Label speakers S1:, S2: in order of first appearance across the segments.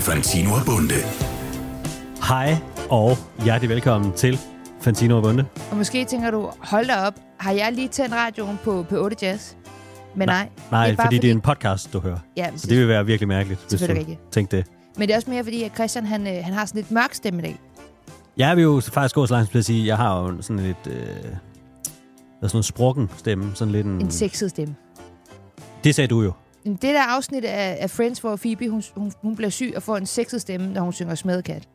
S1: Fantino og Bunde.
S2: Hej og hjertelig velkommen til Fantino og Bunde.
S3: Og måske tænker du, hold da op, har jeg lige tændt radioen på P8 Jazz? Men nej.
S2: Nej,
S3: det er
S2: fordi,
S3: bare
S2: fordi det er en podcast, du hører.
S3: Ja,
S2: Så det vil være virkelig mærkeligt, hvis du
S3: Selvfølgelig ikke.
S2: tænkte det.
S3: Men det er også mere fordi, at Christian han, øh, han har sådan lidt mørk stemme i dag.
S2: Jeg vil jo faktisk gå så langt, som til at sige, jeg har jo sådan lidt... Øh, der er sådan en sprukken stemme, sådan lidt en...
S3: En sexet stemme.
S2: Det sagde du jo.
S3: Men Det der afsnit af, af Friends, hvor Phoebe hun, hun, hun bliver syg og får en sexet stemme, når hun synger Smadkat.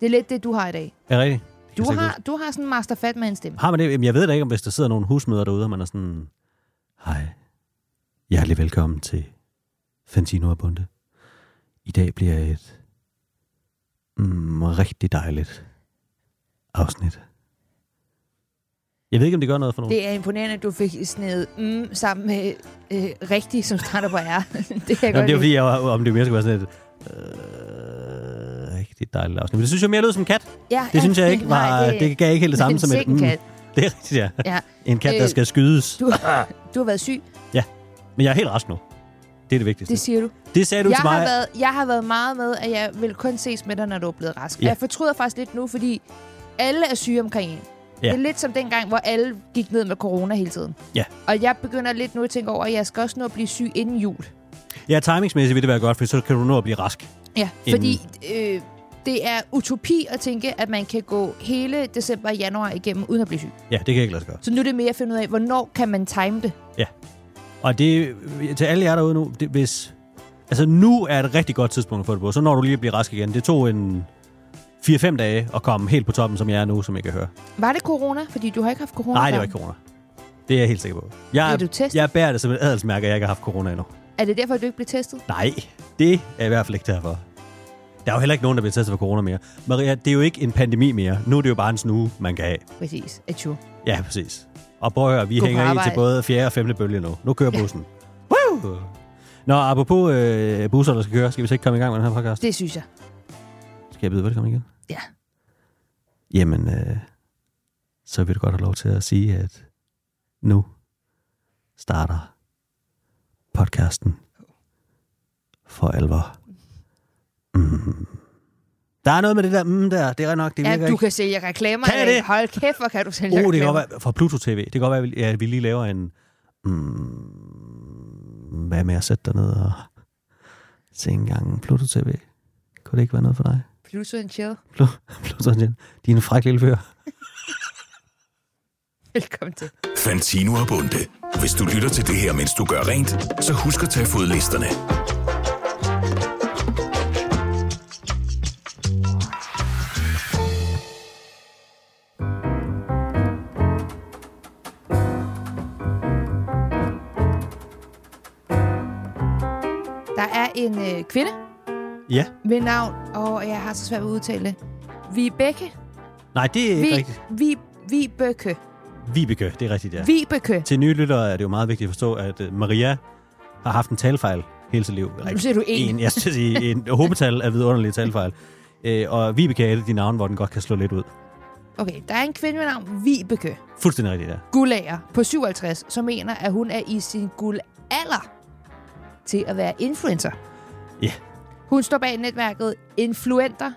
S3: Det er lidt det, du har i dag.
S2: Er det rigtigt? Jeg
S3: Du
S2: kan slet ikke
S3: har, du har sådan en Master Fatman stemme.
S2: Har man det? Jamen, Jeg ved da ikke, om hvis der sidder nogle husmøder derude, og man er sådan, hej, hjertelig velkommen til Fantino og Bunde. I dag bliver et mm, rigtig dejligt afsnit. Jeg ved ikke, om det gør noget for nogen.
S3: Det er imponerende, at du fik snedet mm, sammen med øh, rigtig, som starter på R. det kan jeg
S2: Jamen,
S3: godt
S2: det er jo
S3: lide.
S2: fordi, jeg, var- om det mere skulle være sådan et øh, rigtig dejligt afsnit. Men det synes jeg mere lød som en kat.
S3: Ja,
S2: Det synes jeg ikke var...
S3: nej,
S2: det, gav ikke helt det samme
S3: en
S2: som et... mm,
S3: sikken kat.
S2: det er rigtigt, ja.
S3: Ja.
S2: En kat, der
S3: Øh,
S2: skal skydes.
S3: Du, du har været syg,
S2: Men jeg er helt rask nu. Det er det vigtigste.
S3: det
S2: Det,
S3: siger du.
S2: det sagde du
S3: Jeg
S2: til mig.
S3: har, været, jeg har været meget med, at jeg vil kun ses med dig, når du er blevet rask.
S2: Ja.
S3: Ja. Jeg fortryder faktisk lidt nu, fordi alle er syge omkring en. Ja. Det er lidt som dengang, hvor alle gik ned med corona hele tiden.
S2: Ja.
S3: Og jeg begynder lidt nu at tænke over, at jeg skal også nå at blive syg inden jul.
S2: Ja, timingsmæssigt vil det være godt, for så kan du nå at blive rask.
S3: Ja,
S2: Inden-
S3: fordi øh, det er utopi at tænke, at man kan gå hele december og januar igennem uden at blive syg.
S2: Ja, det kan jeg ikke lade sig gøre.
S3: Så nu er det mere at finde ud af, hvornår kan man time det?
S2: Og det til alle jer derude nu, det, hvis... Altså, nu er et rigtig godt tidspunkt at få det på. Så når du lige at blive rask igen. Det tog en 4-5 dage at komme helt på toppen, som jeg er nu, som jeg kan høre.
S3: Var det corona? Fordi du har ikke haft corona
S2: Nej, det
S3: før.
S2: var ikke corona. Det er jeg helt sikker på. Jeg,
S3: Blev du testet?
S2: jeg bærer det som et adelsmærke, at jeg ikke har haft corona endnu.
S3: Er det derfor, at du ikke blev testet?
S2: Nej, det er i hvert fald ikke derfor. Der er jo heller ikke nogen, der bliver testet for corona mere. Maria, det er jo ikke en pandemi mere. Nu er det jo bare en snue, man kan have.
S3: Præcis. At jo.
S2: Ja, præcis. Og prøv at høre, vi
S3: Gå på
S2: hænger i til
S3: arbejde.
S2: både 4. og 5. bølge nu. Nu kører bussen. Woo! Nå, apropos øh, busser, der skal køre, skal vi så ikke komme i gang med den her podcast?
S3: Det synes jeg.
S2: Skal jeg byde velkommen igen?
S3: Ja.
S2: Jamen, øh, så vil du godt have lov til at sige, at nu starter podcasten for alvor. Mm. Der er noget med det der, mm, der, det er nok, det virker
S3: Ja,
S2: ikke.
S3: du kan sælge reklamer.
S2: Kan jeg
S3: Erik.
S2: det?
S3: Hold kæft, hvor kan du sælge
S2: Uh, det kan
S3: reklamer.
S2: godt være, fra Pluto TV, det kan godt være, at vi- at vi lige laver en... Mm, hvad med at sætte dig ned og se en gang Pluto TV? Kunne det ikke være noget for dig?
S3: Pluto and chill.
S2: Plu- Pluto TV, din fræk lille fyr.
S3: Velkommen til.
S1: Fantino og Bunde. Hvis du lytter til det her, mens du gør rent, så husk at tage fodlisterne.
S3: Der er en øh, kvinde
S2: Ja.
S3: ved navn, og jeg har så svært ved at udtale det. Vibeke.
S2: Nej, det er ikke
S3: Vi,
S2: rigtigt.
S3: vi, Vibeke.
S2: Vibeke, det er rigtigt, ja.
S3: Vibeke.
S2: Til nye lyttere er det jo meget vigtigt at forstå, at øh, Maria har haft en talfejl hele sit liv. Eller
S3: Nu siger du en.
S2: en jeg skal sige, en hobetal er vidunderlig talfejl. Øh, og Vibeke er et af de navne, hvor den godt kan slå lidt ud.
S3: Okay, der er en kvinde ved navn Vibeke
S2: Fuldstændig rigtigt, ja.
S3: Gulager på 57, som mener, at hun er i sin guldalder til at være influencer.
S2: Ja.
S3: Hun står bag netværket Influenter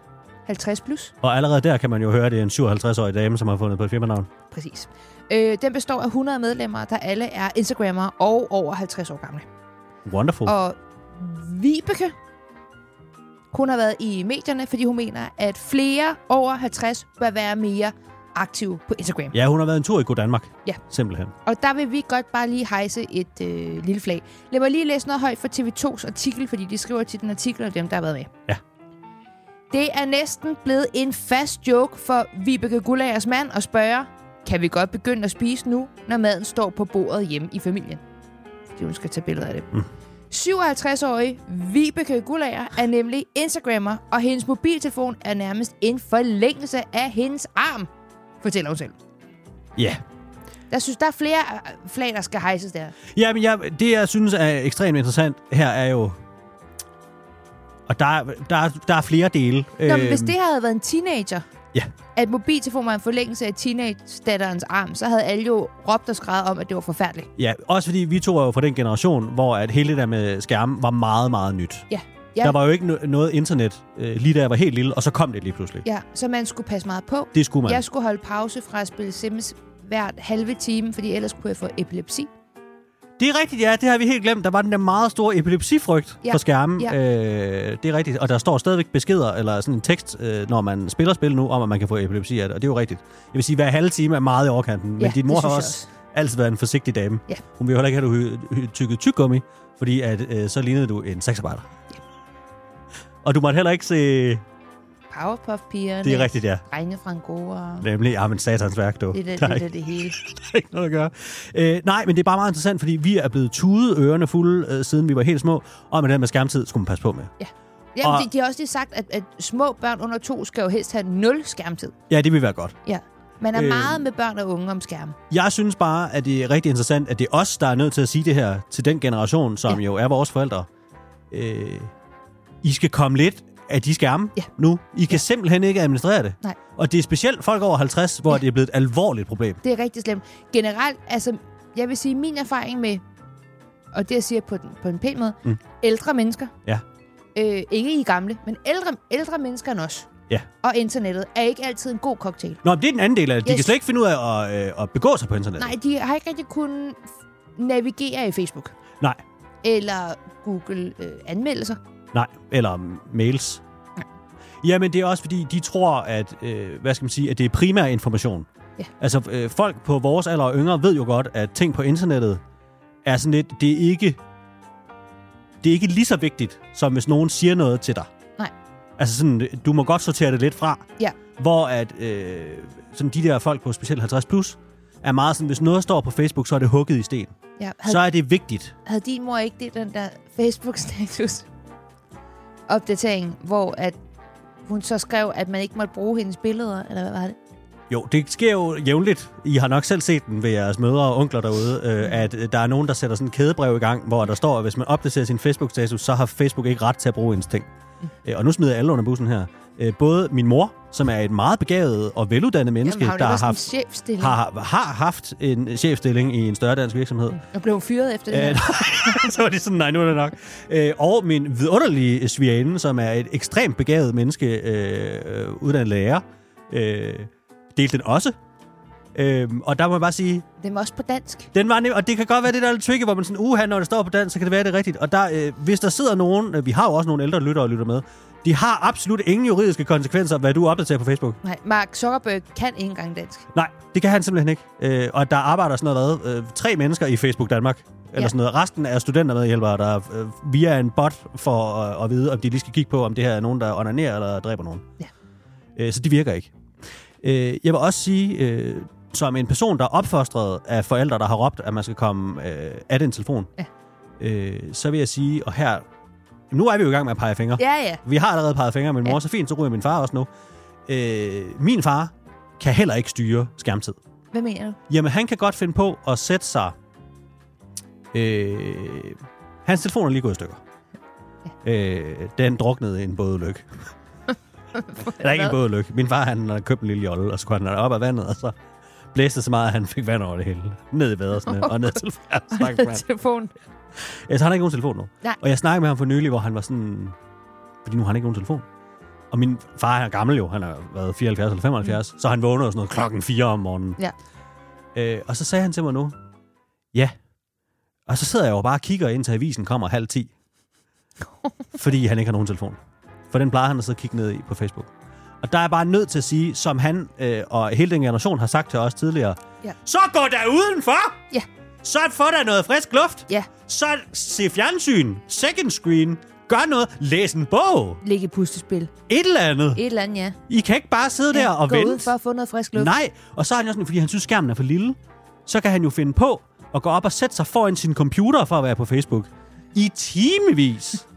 S3: 50+. Plus.
S2: Og allerede der kan man jo høre, at det er en 57-årig dame, som har fundet på et firmanavn.
S3: Præcis. Øh, den består af 100 medlemmer, der alle er Instagrammer og over 50 år gamle.
S2: Wonderful. Og...
S3: Og Vibeke, hun har været i medierne, fordi hun mener, at flere over 50 bør være mere aktive på Instagram.
S2: Ja, hun har været en tur i God Danmark.
S3: Ja.
S2: Simpelthen.
S3: Og der vil vi godt bare lige hejse et øh, lille flag. Lad mig lige læse noget højt fra TV2's artikel, fordi de skriver til den artikel og dem, der har været med.
S2: Ja.
S3: Det er næsten blevet en fast joke for Vibeke Gullagers mand at spørge, kan vi godt begynde at spise nu, når maden står på bordet hjemme i familien? Fordi hun skal tage billeder af det. Mm. 57-årige Vibeke Gullager er nemlig Instagrammer, og hendes mobiltelefon er nærmest en forlængelse af hendes arm, fortæller hun selv.
S2: Ja.
S3: Jeg synes, der er flere øh, flag, der skal hejses der.
S2: Ja, men jeg, det, jeg synes er ekstremt interessant her, er jo... Og der, er- der, er- der er flere dele.
S3: Nå, men hvis det havde været en teenager,
S2: Øhm. Ja.
S3: at mobiltelefon var en forlængelse af teenage-datterens arm, så havde alle jo råbt og skrevet om, at det var forfærdeligt.
S2: Ja, også fordi vi to er jo fra den generation, hvor at hele det der med skærmen var meget, meget nyt.
S3: Ja. Ja.
S2: Der var jo ikke no- noget internet, øh, lige da jeg var helt lille, og så kom det lige pludselig.
S3: Ja, så man skulle passe meget på.
S2: Det skulle man.
S3: Jeg skulle holde pause fra at spille Sims hvert halve time, fordi ellers kunne jeg få epilepsi.
S2: Det er rigtigt, ja. Det har vi helt glemt. Der var den der meget store epilepsifrygt ja.
S3: Ja,
S2: for skærmen.
S3: ja.
S2: Øh, det er rigtigt. Og der står stadigvæk beskeder, eller sådan en tekst, øh, når man spiller spil nu, om at man kan få epilepsi af det. Og det er jo rigtigt. Jeg vil sige, hver halve time er meget i overkanten. Men
S3: Ja,
S2: din mor
S3: det
S2: har også,
S3: synes jeg
S2: også altid været en forsigtig dame.
S3: Ja.
S2: Hun vil jo heller ikke have, at du hy- hy- tykkede tyggegummi, fordi at, øh, så lignede du en sexarbejder. Ja. Og du måtte heller ikke se...
S3: Powerpuff-pigerne.
S2: Det er rigtigt, ja.
S3: Drenge fra Angora.
S2: Nemlig, ja, men satans værk, du.
S3: Det er det,
S2: Der er
S3: det,
S2: ikke-
S3: det, det hele.
S2: der er ikke noget at gøre. Øh, nej, men det er bare meget interessant, fordi vi er blevet tudet ørerne fulde, øh, siden vi var helt små. Og med den med skærmtid skulle man passe på med.
S3: Jamen,
S2: Og-
S3: de, de har også lige sagt, at, at små børn under to skal jo helst have nul skærmtid.
S2: Ja, det vil være godt.
S3: Ja. Man er
S2: Øh.
S3: øh... meget med børn og unge om skærm.
S2: Jeg synes bare, at det er rigtig interessant, at det er os, der er nødt til at sige det her til den generation, som ja. jo er vores forældre. Øh, I skal komme lidt af de skærme
S3: Ja.
S2: nu. I kan ja. simpelthen ikke administrere det.
S3: Nej.
S2: Og det er specielt folk over 50, hvor ja. det er blevet et alvorligt problem.
S3: Det er rigtig slemt. Generelt, altså, jeg vil sige, min erfaring med, og det jeg siger på, den, på en pæn måde,
S2: Mm.
S3: mm. ældre mennesker,
S2: Ja.
S3: øh, ikke i gamle, men ældre, ældre mennesker end os,
S2: Ja.
S3: og internettet, er ikke altid en god cocktail.
S2: Nå, men det er den anden del af det. De
S3: Yes.
S2: kan slet ikke finde ud af at, øh, at begå sig på internettet.
S3: Nej, de har ikke rigtig kunnet navigere i Facebook,
S2: Nej.
S3: eller Google øh, anmeldelser.
S2: Nej, eller mails. Jamen, det er også fordi, de tror, at, øh, hvad skal man sige, at det er primær information.
S3: Ja.
S2: Altså, øh, folk på vores alder og yngre ved jo godt, at ting på internettet er sådan lidt, det er ikke, det er ikke lige så vigtigt, som hvis nogen siger noget til dig.
S3: Nej.
S2: Altså sådan, du må godt sortere det lidt fra.
S3: Ja.
S2: Hvor at, øh, sådan de der folk på specielt 50 plus, er meget sådan, hvis noget står på Facebook, så er det hugget i sten.
S3: Ja, havde,
S2: Så er det vigtigt.
S3: havde din mor ikke det, den der Facebook-status? Opdatering, hvor at hun så skrev, at man ikke måtte bruge hendes billeder, eller hvad var det?
S2: Jo, det sker jo jævnligt. I har nok selv set den ved jeres mødre og onkler derude,
S3: Mm.
S2: øh, at øh, der er nogen, der sætter sådan en kædebrev i gang, hvor der står, at hvis man opdaterer sin Facebook-status, så har Facebook ikke ret til at bruge ens ting.
S3: Mm.
S2: Øh, og nu smider jeg alle under bussen her. Øh, både min mor, som er et meget begavet og veluddannet menneske,
S3: Jamen, har hun
S2: der
S3: ikke
S2: har
S3: også en
S2: haft,
S3: chefstilling?
S2: har, har haft en chefstilling i en større dansk virksomhed,
S3: Og blev hun fyret efter det
S2: Øh,
S3: her?
S2: nej, så var det sådan, nej, nu er det nok. Øh, og min vidunderlige Sviane, som er et ekstremt begavet menneske, øh, øh, uddannet lærer, øh, delte den også. Øh, og der må jeg bare sige,
S3: Det var også på dansk.
S2: den var nem, og det kan godt være det, der er lidt tricky, hvor man sådan, uha, når det står på dansk, så kan det være, det er rigtigt. Og der, øh, hvis der sidder nogen, øh, vi har jo også nogle ældre lyttere og lytter med, de har absolut ingen juridiske konsekvenser, hvad du opdaterer på Facebook.
S3: Nej, Mark Zuckerberg kan ikke engang dansk.
S2: Nej, det kan han simpelthen ikke. Øh, og der arbejder sådan noget, hvad, øh, tre mennesker i Facebook Danmark. Eller ja.
S3: Ja.
S2: sådan noget. Resten er studentermedhjælpere, der øh, via en bot for øh, at, at vide, om de lige skal kigge på, om det her er nogen, der onanerer eller dræber nogen.
S3: Ja.
S2: Øh, så de virker ikke. Øh, jeg vil også sige, øh, som en person, der er opfostret af forældre, der har råbt, at man skal komme øh, af den telefon,
S3: Ja.
S2: øh, så vil jeg sige, og her... Nu er vi jo i gang med at pege fingre.
S3: Ja, ja.
S2: Vi har allerede peget fingre af min mor,
S3: Ja.
S2: så fint, så ryger min far også nu. Øh, min far kan heller ikke styre skærmtid.
S3: Hvad mener du?
S2: Jamen, han kan godt finde på at sætte sig... Øh, hans telefon er lige gået i stykker. Øh, den druknede i en bådelykke. Der er ikke en
S3: Hvad?
S2: bådelykke. Min far, han har købt en lille jolle, og så kunne han op af vandet, og så blæste det så meget, at han fik vand over det hele. Ned i vadersne, og ned til stakkels mand.
S3: Telefon.
S2: Ja, så han har ikke nogen telefon nu.
S3: Nej.
S2: Og jeg snakkede med ham for nylig, hvor han var sådan... Fordi nu har han ikke nogen telefon. Og min far han er gammel jo. Han har været 74 eller 75. Mm. Så han vågner jo sådan noget klokken 4 om morgenen.
S3: Ja.
S2: Øh, og så sagde han til mig nu... Ja. Og så sidder jeg jo bare og kigger, indtil avisen kommer halv 10. fordi han ikke har nogen telefon. For den plejer han at sidde og kigge ned i på Facebook. Og der er jeg bare nødt til at sige, som han øh, og hele den generation har sagt til os tidligere.
S3: Ja.
S2: Så gå der udenfor!
S3: Ja.
S2: Så få dig noget frisk luft!
S3: Ja,
S2: Så se fjernsyn, second screen, gør noget, læs en bog,
S3: ligge i puslespil.
S2: et eller andet.
S3: Et eller andet, ja.
S2: I kan ikke bare sidde der
S3: ja,
S2: og
S3: gå
S2: vente.
S3: ud for at få noget frisk luft.
S2: Nej, og så er han jo sådan, fordi han synes, skærmen er for lille, så kan han jo finde på at gå op og sætte sig foran sin computer for at være på Facebook. I timevis.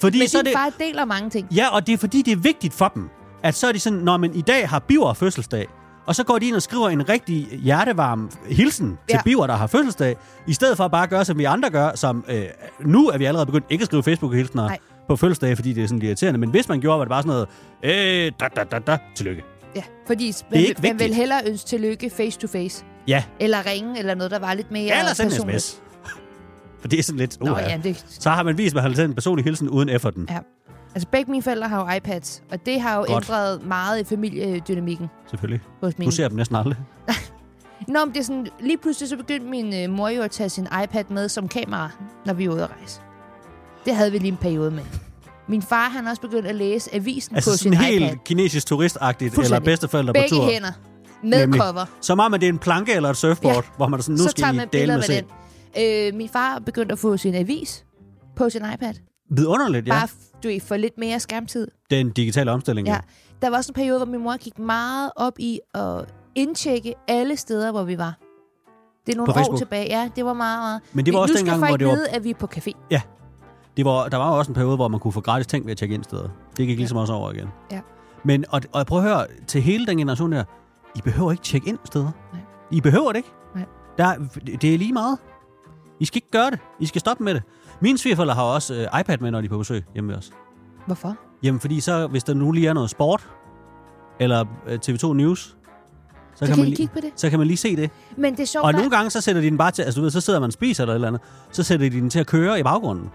S2: fordi
S3: Men
S2: så er
S3: din
S2: det,
S3: far deler mange ting.
S2: Ja, og det er fordi, det er vigtigt for dem, at så er de sådan, når man i dag har Biver fødselsdag, og så går de ind og skriver en rigtig hjertevarm hilsen til
S3: Ja.
S2: Biver, der har fødselsdag, i stedet for bare at gøre, som vi andre gør, som øh, nu er vi allerede begyndt ikke at skrive Facebook-hilsner
S3: Nej.
S2: på fødselsdage, fordi det er sådan lidt irriterende, men hvis man gjorde, var det bare sådan noget, øh, da, da, da, da, tillykke.
S3: Ja, fordi man,
S2: ikke
S3: vil- man
S2: vigtigt.
S3: vil hellere ønske tillykke face to face.
S2: Ja,
S3: Eller ringe, eller noget, der var lidt mere
S2: eller send en
S3: personligt.
S2: sms. For det er sådan lidt... Uh,
S3: Nå ja, det,
S2: Så har man vist, at man har taget en personlig hilsen uden efforten.
S3: Ja. altså begge mine forældre har jo iPads, og det har jo
S2: Godt.
S3: Godt. ændret meget i familiedynamikken
S2: Selvfølgelig.
S3: hos
S2: Du
S3: mine.
S2: ser dem næsten aldrig.
S3: Nå, men det er sådan, lige pludselig så begyndte min øh, mor jo at tage sin iPad med som kamera, når vi var ude at rejse. Det havde vi lige en periode med. Min far, han er også begyndt at læse avisen
S2: Altså
S3: på sin
S2: sådan helt
S3: iPad.
S2: kinesisk turistagtigt, eller
S3: Fuldstændig.
S2: bedsteforældre på
S3: Begge
S2: tur.
S3: hænder. Med
S2: Nemlig.
S3: Nemlig. cover.
S2: Så meget man det er en planke eller et surfboard, ja. hvor man er sådan, nu
S3: så
S2: skal
S3: tager
S2: I
S3: man
S2: dele
S3: billeder
S2: med
S3: med
S2: se.
S3: den. Øh, min far begyndte at få sin avis på sin iPad.
S2: Vidunderligt, ja.
S3: Bare, f- du ved, for lidt mere skærmtid.
S2: Den digitale omstilling.
S3: Ja.
S2: Ja.
S3: Der var også en periode, hvor min mor gik meget op i at indtjekke alle steder, hvor vi var. Det er nogle
S2: På
S3: år
S2: Facebook?
S3: tilbage. Ja, det var meget, meget.
S2: Men det var
S3: nu
S2: også
S3: skal
S2: dengang,
S3: folk
S2: hvor det var-
S3: vide, at vi er på café.
S2: Det var, der var jo også en periode, hvor man kunne få gratis ting ved at tjekke ind steder. Det gik ligesom også over igen.
S3: Ja.
S2: Men, og, og prøv at høre, til hele den generation der, I behøver ikke tjekke ind steder.
S3: Nej.
S2: I behøver det ikke.
S3: Nej.
S2: Der, det er lige meget. I skal ikke gøre det. I skal stoppe med det. Mine svigerforældre har også øh, iPad med, når de er på besøg hjemme ved os.
S3: Hvorfor?
S2: Jamen, fordi så, hvis der nu lige er noget sport, eller øh, TV2 News, så,
S3: Så kan
S2: man
S3: I
S2: lige,
S3: kigge på det.
S2: så kan man lige se det.
S3: Men det er sjovt,
S2: Og
S3: der-
S2: nogle gange, så sætter de den bare til, altså du ved, så sidder man og spiser eller et eller andet, så sætter de den til at køre i baggrunden.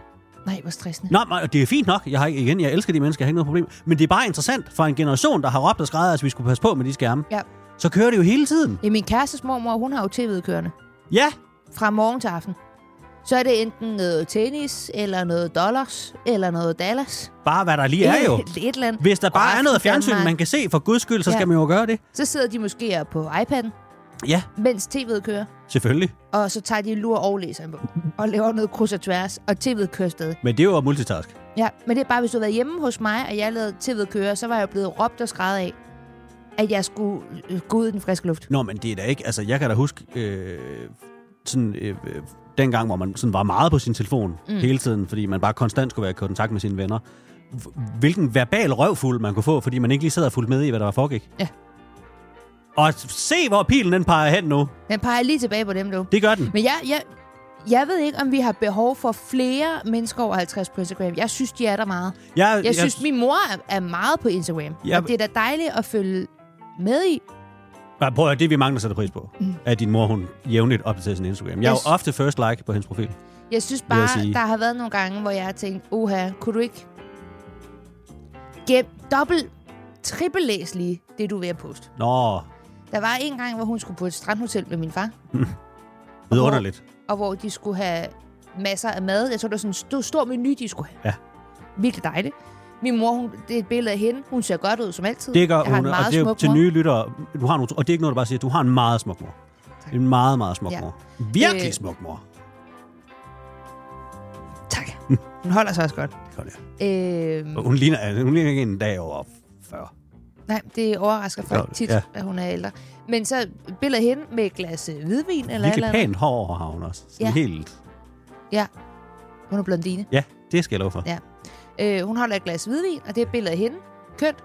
S3: Nej, hvor stressende.
S2: Nå, men det er fint nok. Jeg har ikke, igen, jeg elsker de mennesker, jeg har ikke noget problem. Men det er bare interessant for en generation, der har råbt og skrevet, at vi skulle passe på med de skærme.
S3: Ja.
S2: Så kører det jo hele tiden.
S3: Ja, min kærestes mormor, hun har jo tv'et kørende.
S2: Ja,
S3: Fra morgen til aften. Så er det enten noget tennis, eller noget dollars, eller noget dollars.
S2: bare hvad der lige er jo.
S3: Et, et eller andet.
S2: Hvis der bare
S3: Og
S2: er noget
S3: Aften
S2: fjernsyn,
S3: Danmark.
S2: man kan se, for guds skyld, så
S3: Ja.
S2: skal man jo gøre det.
S3: Så sidder de måske på iPad'en,
S2: Ja,
S3: mens tv'et kører.
S2: selvfølgelig.
S3: Og så tager de en lur og læser en bog. Og laver noget kryds og tværs, og tv'et kører stadig.
S2: Men det er jo multitask.
S3: Ja, men det er bare, hvis du havde været hjemme hos mig, og jeg lavede tv'et køre, så var jeg jo blevet råbt og skrevet af, at jeg skulle øh, gå ud i den friske luft.
S2: Nå, men det er da ikke... Altså, jeg kan da huske... Øh, sådan, øh, øh, dengang, hvor man sådan var meget på sin telefon mm. hele tiden, fordi man bare konstant skulle være i kontakt med sine venner. H- Hvilken verbal røvfuld man kunne få, fordi man ikke lige sad og fulgte med i, hvad der var foregik.
S3: Ja.
S2: Og se, hvor pilen den peger hen nu.
S3: Den peger lige tilbage på dem, du.
S2: Det gør den.
S3: Men jeg, jeg, jeg ved ikke, om vi har behov for flere mennesker over 50 på Instagram. Jeg synes, de er der meget.
S2: Jeg,
S3: Jeg synes, min mor er, er meget på Instagram.
S2: Jeg-
S3: Jeg... Og det er da dejligt at følge med i.
S2: Nej, prøv at høre, det er vi mange, der sætter pris på. Mm. At din mor, hun jævnligt opdaterer sin Instagram. Jeg er
S3: Jeg
S2: jo ofte first like på hendes profil.
S3: Jeg synes
S2: jeg
S3: bare,
S2: sige.
S3: der har været nogle gange, hvor jeg har tænkt, oha, kunne du ikke gem dobbelt, trippel læs lige det, du er ved at poste.
S2: Nå,
S3: Der var en gang, hvor hun skulle på et strandhotel med min far.
S2: vidunderligt.
S3: og hvor de skulle have masser af mad. Jeg tror, det var sådan en stor, stor menu, de skulle have.
S2: Ja.
S3: Virkelig dejligt. Min mor, hun, det er et billede af hende. Hun ser godt ud som altid.
S2: Det gør
S3: jeg har
S2: hun,
S3: en
S2: og
S3: meget
S2: det er jo
S3: smuk
S2: til
S3: mor.
S2: nye lyttere. Du har nogle, og det er ikke noget, du bare siger. Du har en meget smuk mor. Tak. En meget, meget smuk ja.
S3: Ja.
S2: mor. Virkelig øh.
S3: Øh.
S2: smuk mor.
S3: Tak. Hun holder sig også godt.
S2: Sådan der.
S3: Øhm,
S2: Og Hun ligner, altså, hun ligner ikke en dag over 40.
S3: nej, det overrasker folk
S2: Nå,
S3: tit,
S2: ja.
S3: ja. at hun er ældre. Men så et billede af hende med et glas øh, hvidvin. Eller et
S2: Virkelig
S3: eller andet.
S2: pænt hår har hun også. Sådan
S3: Ja.
S2: Helt.
S3: Ja. Hun er blondine.
S2: Ja, det skal jeg love for. Ja.
S3: Ja. Øh, hun holder et glas hvidvin, og det er et billede af hende. Kønt.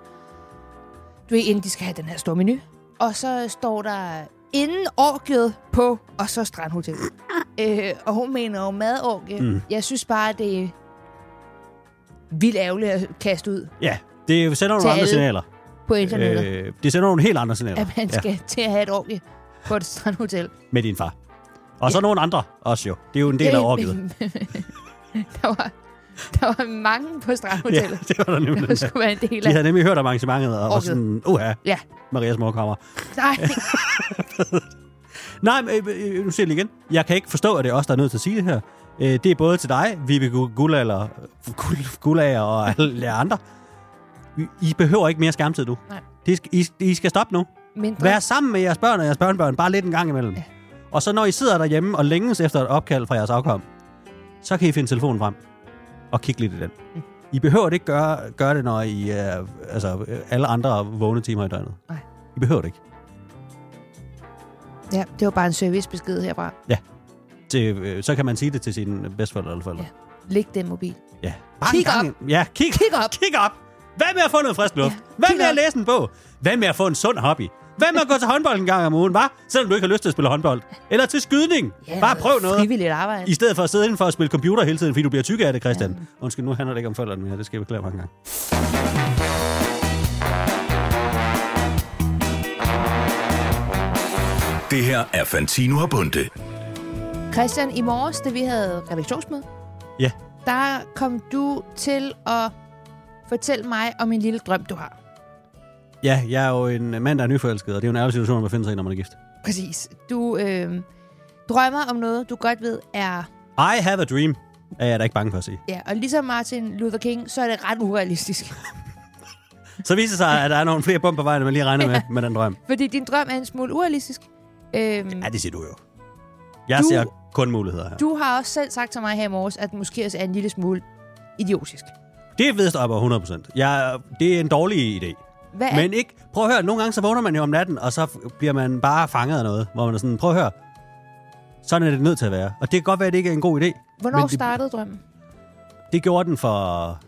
S3: Du er inden de skal have den her store menu. Og så står der inden orket på, og så strandhotel. øh, og hun mener jo madorke. Mm. Jeg synes bare, det er vildt ærgerligt at kaste ud
S2: ja. Det sender
S3: Til
S2: nogle andre
S3: alle
S2: signaler.
S3: på internettet, øh,
S2: Øh, det sender nogle helt andre signaler.
S3: at man skal ja. til at have et orke på et strandhotel.
S2: Ja, med din far. Og så nogle andre også jo. Det er jo en del af orket.
S3: der, var, der var mange på
S2: Ja,
S3: strandhotellet,
S2: det var der
S3: ja.
S2: nemlig.
S3: der skulle være en del
S2: De
S3: af.
S2: havde nemlig hørt om arrangementet, og var
S3: Orket.
S2: sådan, uha,
S3: Ja,
S2: Marias mor kommer.
S3: nej.
S2: Nej, men, øh, øh, nu siger jeg det igen. Jeg kan ikke forstå, at det er os, der er nødt til at sige det her. Øh, det er både til dig, Vibeke Gullager, øh, Gullager og alle jer andre. I- I behøver ikke mere skærmtid nu.
S3: Nej.
S2: Det skal, I, I skal stoppe nu.
S3: Mindre.
S2: Vær sammen med jeres børn og jeres børnebørn, bare lidt en gang imellem. Ja. Og så når I sidder derhjemme og længes efter et opkald fra jeres afkom, så kan I finde telefonen frem og kigge lidt i den. I behøver det ikke gøre, gøre det, når I øh, altså, øh, alle andre vågne timer i døgnet.
S3: Nej.
S2: I behøver det ikke.
S3: Ja, det var bare en servicebesked herfra.
S2: Det, øh, så kan man sige det til sine bedsteforældre eller forældre.
S3: Ja. Læg den mobil.
S2: Ja. Bare
S3: Kig
S2: en gang. op. Ja, kig,
S3: Kig op.
S2: Kig op. Hvad med at få noget frisk luft?
S3: Ja,
S2: Hvad
S3: kig
S2: med at
S3: op.
S2: læse en bog? Hvad med at få en sund hobby? Hvad med at gå til håndbold en gang om ugen, hva? Selvom du ikke har lyst til at spille håndbold. Eller til skydning. Bare prøv noget.
S3: Frivilligt arbejde.
S2: I stedet for at sidde indenfor og spille computer hele tiden, fordi du bliver tyk af det, Christian. Ja. Undskyld, nu handler det ikke om forældrene mere. Det skal jeg beklage mange gange.
S1: Det her er Fantino og Bunde.
S3: Christian, i morges, da vi havde redaktionsmøde,
S2: Ja.
S3: der kom du til at fortælle mig om en lille drøm, du har.
S2: Ja, jeg er jo en mand, der er nyforelsket, og det er jo en ærlig situation, man befinder sig i, når man er gift.
S3: Præcis. Du øh, drømmer om noget, du godt ved er...
S2: I have a dream, er jeg da ikke bange for at sige.
S3: Ja, og ligesom Martin Luther King, så er det ret urealistisk.
S2: Så viser det sig, at der er nogle flere bump på vejen, end man lige regner med, med den drøm.
S3: Fordi din drøm er en smule urealistisk. Øhm,
S2: Ja, det siger du jo. Jeg
S3: Du-
S2: du... ser kun muligheder her. Du...
S3: du har også selv sagt til mig her i morges, at den måske også er en lille smule idiotisk.
S2: Det ved jeg på 100%. Jeg, det er en dårlig idé.
S3: Hvad er,
S2: Men ikke, prøv at høre, nogle gange så vågner man jo om natten, og så f- bliver man bare fanget af noget, hvor man er sådan, prøv at høre, sådan er det nødt til at være. Og det kan godt være, at det ikke er en god idé.
S3: hvornår
S2: men
S3: det,
S2: det-
S3: startede drømmen?
S2: Det gjorde den for,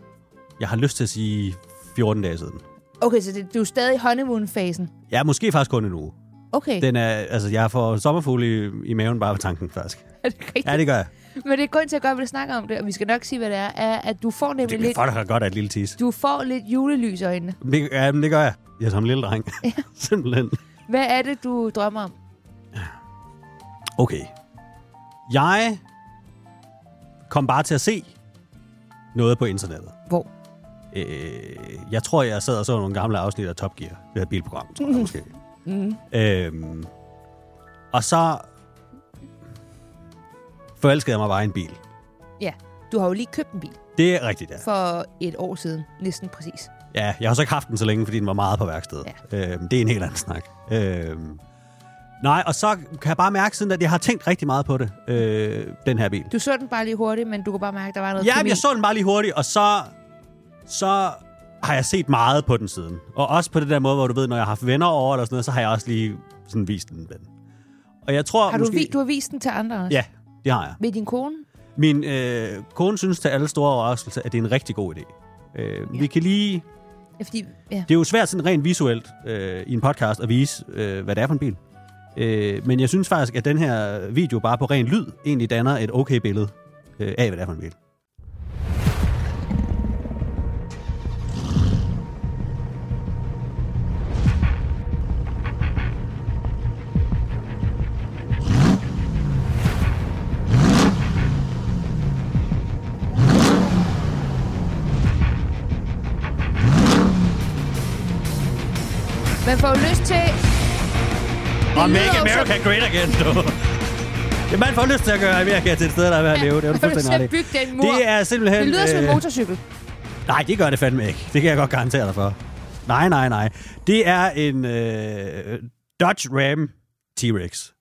S2: jeg har lyst til at sige, 14 dage siden.
S3: Okay, så det, du er stadig i honeymoon-fasen.
S2: Ja, måske faktisk kun en uge.
S3: Okay, det,
S2: Den er, altså, jeg får sommerfugle i, i maven bare ved tanken, faktisk.
S3: er det rigtigt?
S2: Ja, det gør jeg.
S3: Men det er grund til, at jeg godt vil snakke om det, og vi skal nok sige, hvad det er, er at du får nemlig
S2: Det
S3: lidt,
S2: bliver fucking godt af et lille tis.
S3: du får lidt julelys i øjnene.
S2: Det, ja, men det gør jeg. Jeg er som en lille dreng. Ja. Simpelthen.
S3: Hvad er det, du drømmer om?
S2: Okay. Jeg kom bare til at se noget på internettet.
S3: Hvor?
S2: Øh, jeg tror, jeg sad og så nogle gamle afsnit af Top Gear. Det her bilprogram, tror jeg måske. Mm. Øhm, og så forelskede jeg mig bare i en bil.
S3: Ja, du har jo lige købt en bil
S2: Det er rigtigt, ja.
S3: for et år siden, næsten præcis.
S2: Ja, jeg har så ikke haft den så længe, fordi den var meget på værkstedet. Ja. Øhm, det er en helt anden snak. Øhm, nej, og så kan jeg bare mærke siden, at jeg har tænkt rigtig meget på det, øh, den her bil.
S3: Du så den bare lige hurtigt, men du kunne bare mærke, at der var noget
S2: Ja,
S3: kemi.
S2: men jeg så den bare lige hurtigt, og så, så har jeg set meget på den siden. Og også på det der måde, hvor du ved, når jeg har haft venner over eller sådan noget, så har jeg også lige sådan vist den. den. Og jeg tror
S3: Har du,
S2: måske...
S3: vi, du har vist den til andre også?
S2: Ja, det har jeg.
S3: Med din kone?
S2: Min øh, kone synes til alle store overraskelser, at det er en rigtig god idé. Øh, ja. Vi kan lige...
S3: Ja, fordi, ja.
S2: Det er jo svært sådan rent visuelt øh, i en podcast at vise, øh, hvad det er for en bil. Øh, men jeg synes faktisk, at den her video bare på ren lyd egentlig danner et okay billede øh, af, hvad det er for en bil.
S3: Man får jo lyst til...
S2: Og make
S3: lyder jo
S2: America great again, du. Ja, man får lyst til at gøre Amerika til et sted, der er ved at leve. Det er jo
S3: man får lyst
S2: fuldstændig
S3: til at
S2: ret i.
S3: bygge den mur.
S2: Det er simpelthen...
S3: Det lyder som en
S2: øh,
S3: motorcykel.
S2: Nej, det gør det fandme ikke. Det kan jeg godt garantere dig for. Nej, nej, nej. Det er en øh, Dodge Ram T-Rex.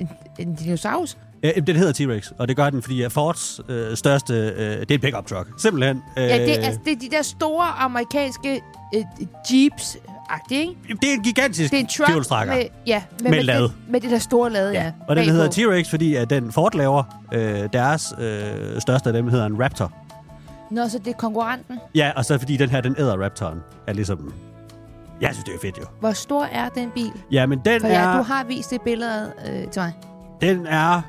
S3: En, en dinosaurus?
S2: Øh, den hedder T-Rex, og det gør den, fordi øh, Fords øh, største... Øh, det er en pickup truck. Simpelthen. Øh,
S3: Ja, det er, altså, det er de der store amerikanske øh, jeeps-agtige, ikke?
S2: det er en gigantisk
S3: Det er en truck
S2: fjolstrækker.
S3: med, ja,
S2: Med lad.
S3: Det, med det der store lad, ja. ja
S2: Og den
S3: bagpå.
S2: hedder T-Rex, fordi at den Ford laver. Øh, deres øh, største af dem hedder en Raptor.
S3: Nå, så det er konkurrenten.
S2: Ja, og så fordi den her, den æder Raptoren, er ligesom... Jeg synes, det er fedt jo.
S3: Hvor stor er den bil?
S2: Ja, men den
S3: For ja,
S2: er...
S3: du har vist det billede øh, til mig.
S2: Den er...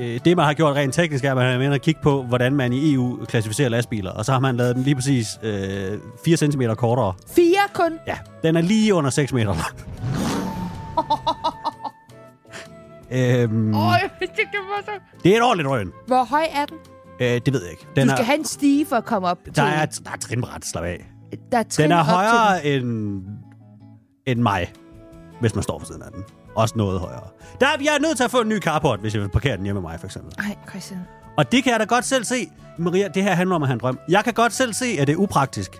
S2: Øh, det, man har gjort rent teknisk, er, at man har været inde og kigge på, hvordan man i EU klassificerer lastbiler. Og så har man lavet den lige præcis øh, 4 cm kortere.
S3: Fire kun.
S2: Ja, den er lige under 6 meter lang. øhm,
S3: Mm. Øj, det kan være så...
S2: det er et ordentligt røn.
S3: Hvor høj er den?
S2: Øh, det ved jeg ikke. Den
S3: Du skal
S2: er,
S3: have en stige for at komme op til
S2: der, er, der er et trinbræt, slap af.
S3: der er trin
S2: Den er
S3: op til den.
S2: højere end, end mig, hvis man står for siden af den. Også noget højere. Der, er- jeg er nødt til at få en ny carport, hvis jeg vil parkere den hjemme med mig, for eksempel.
S3: Ej, Christian.
S2: Og det kan jeg da godt selv se. Maria, det her handler om at have en drøm. Jeg kan godt selv se, at det er upraktisk,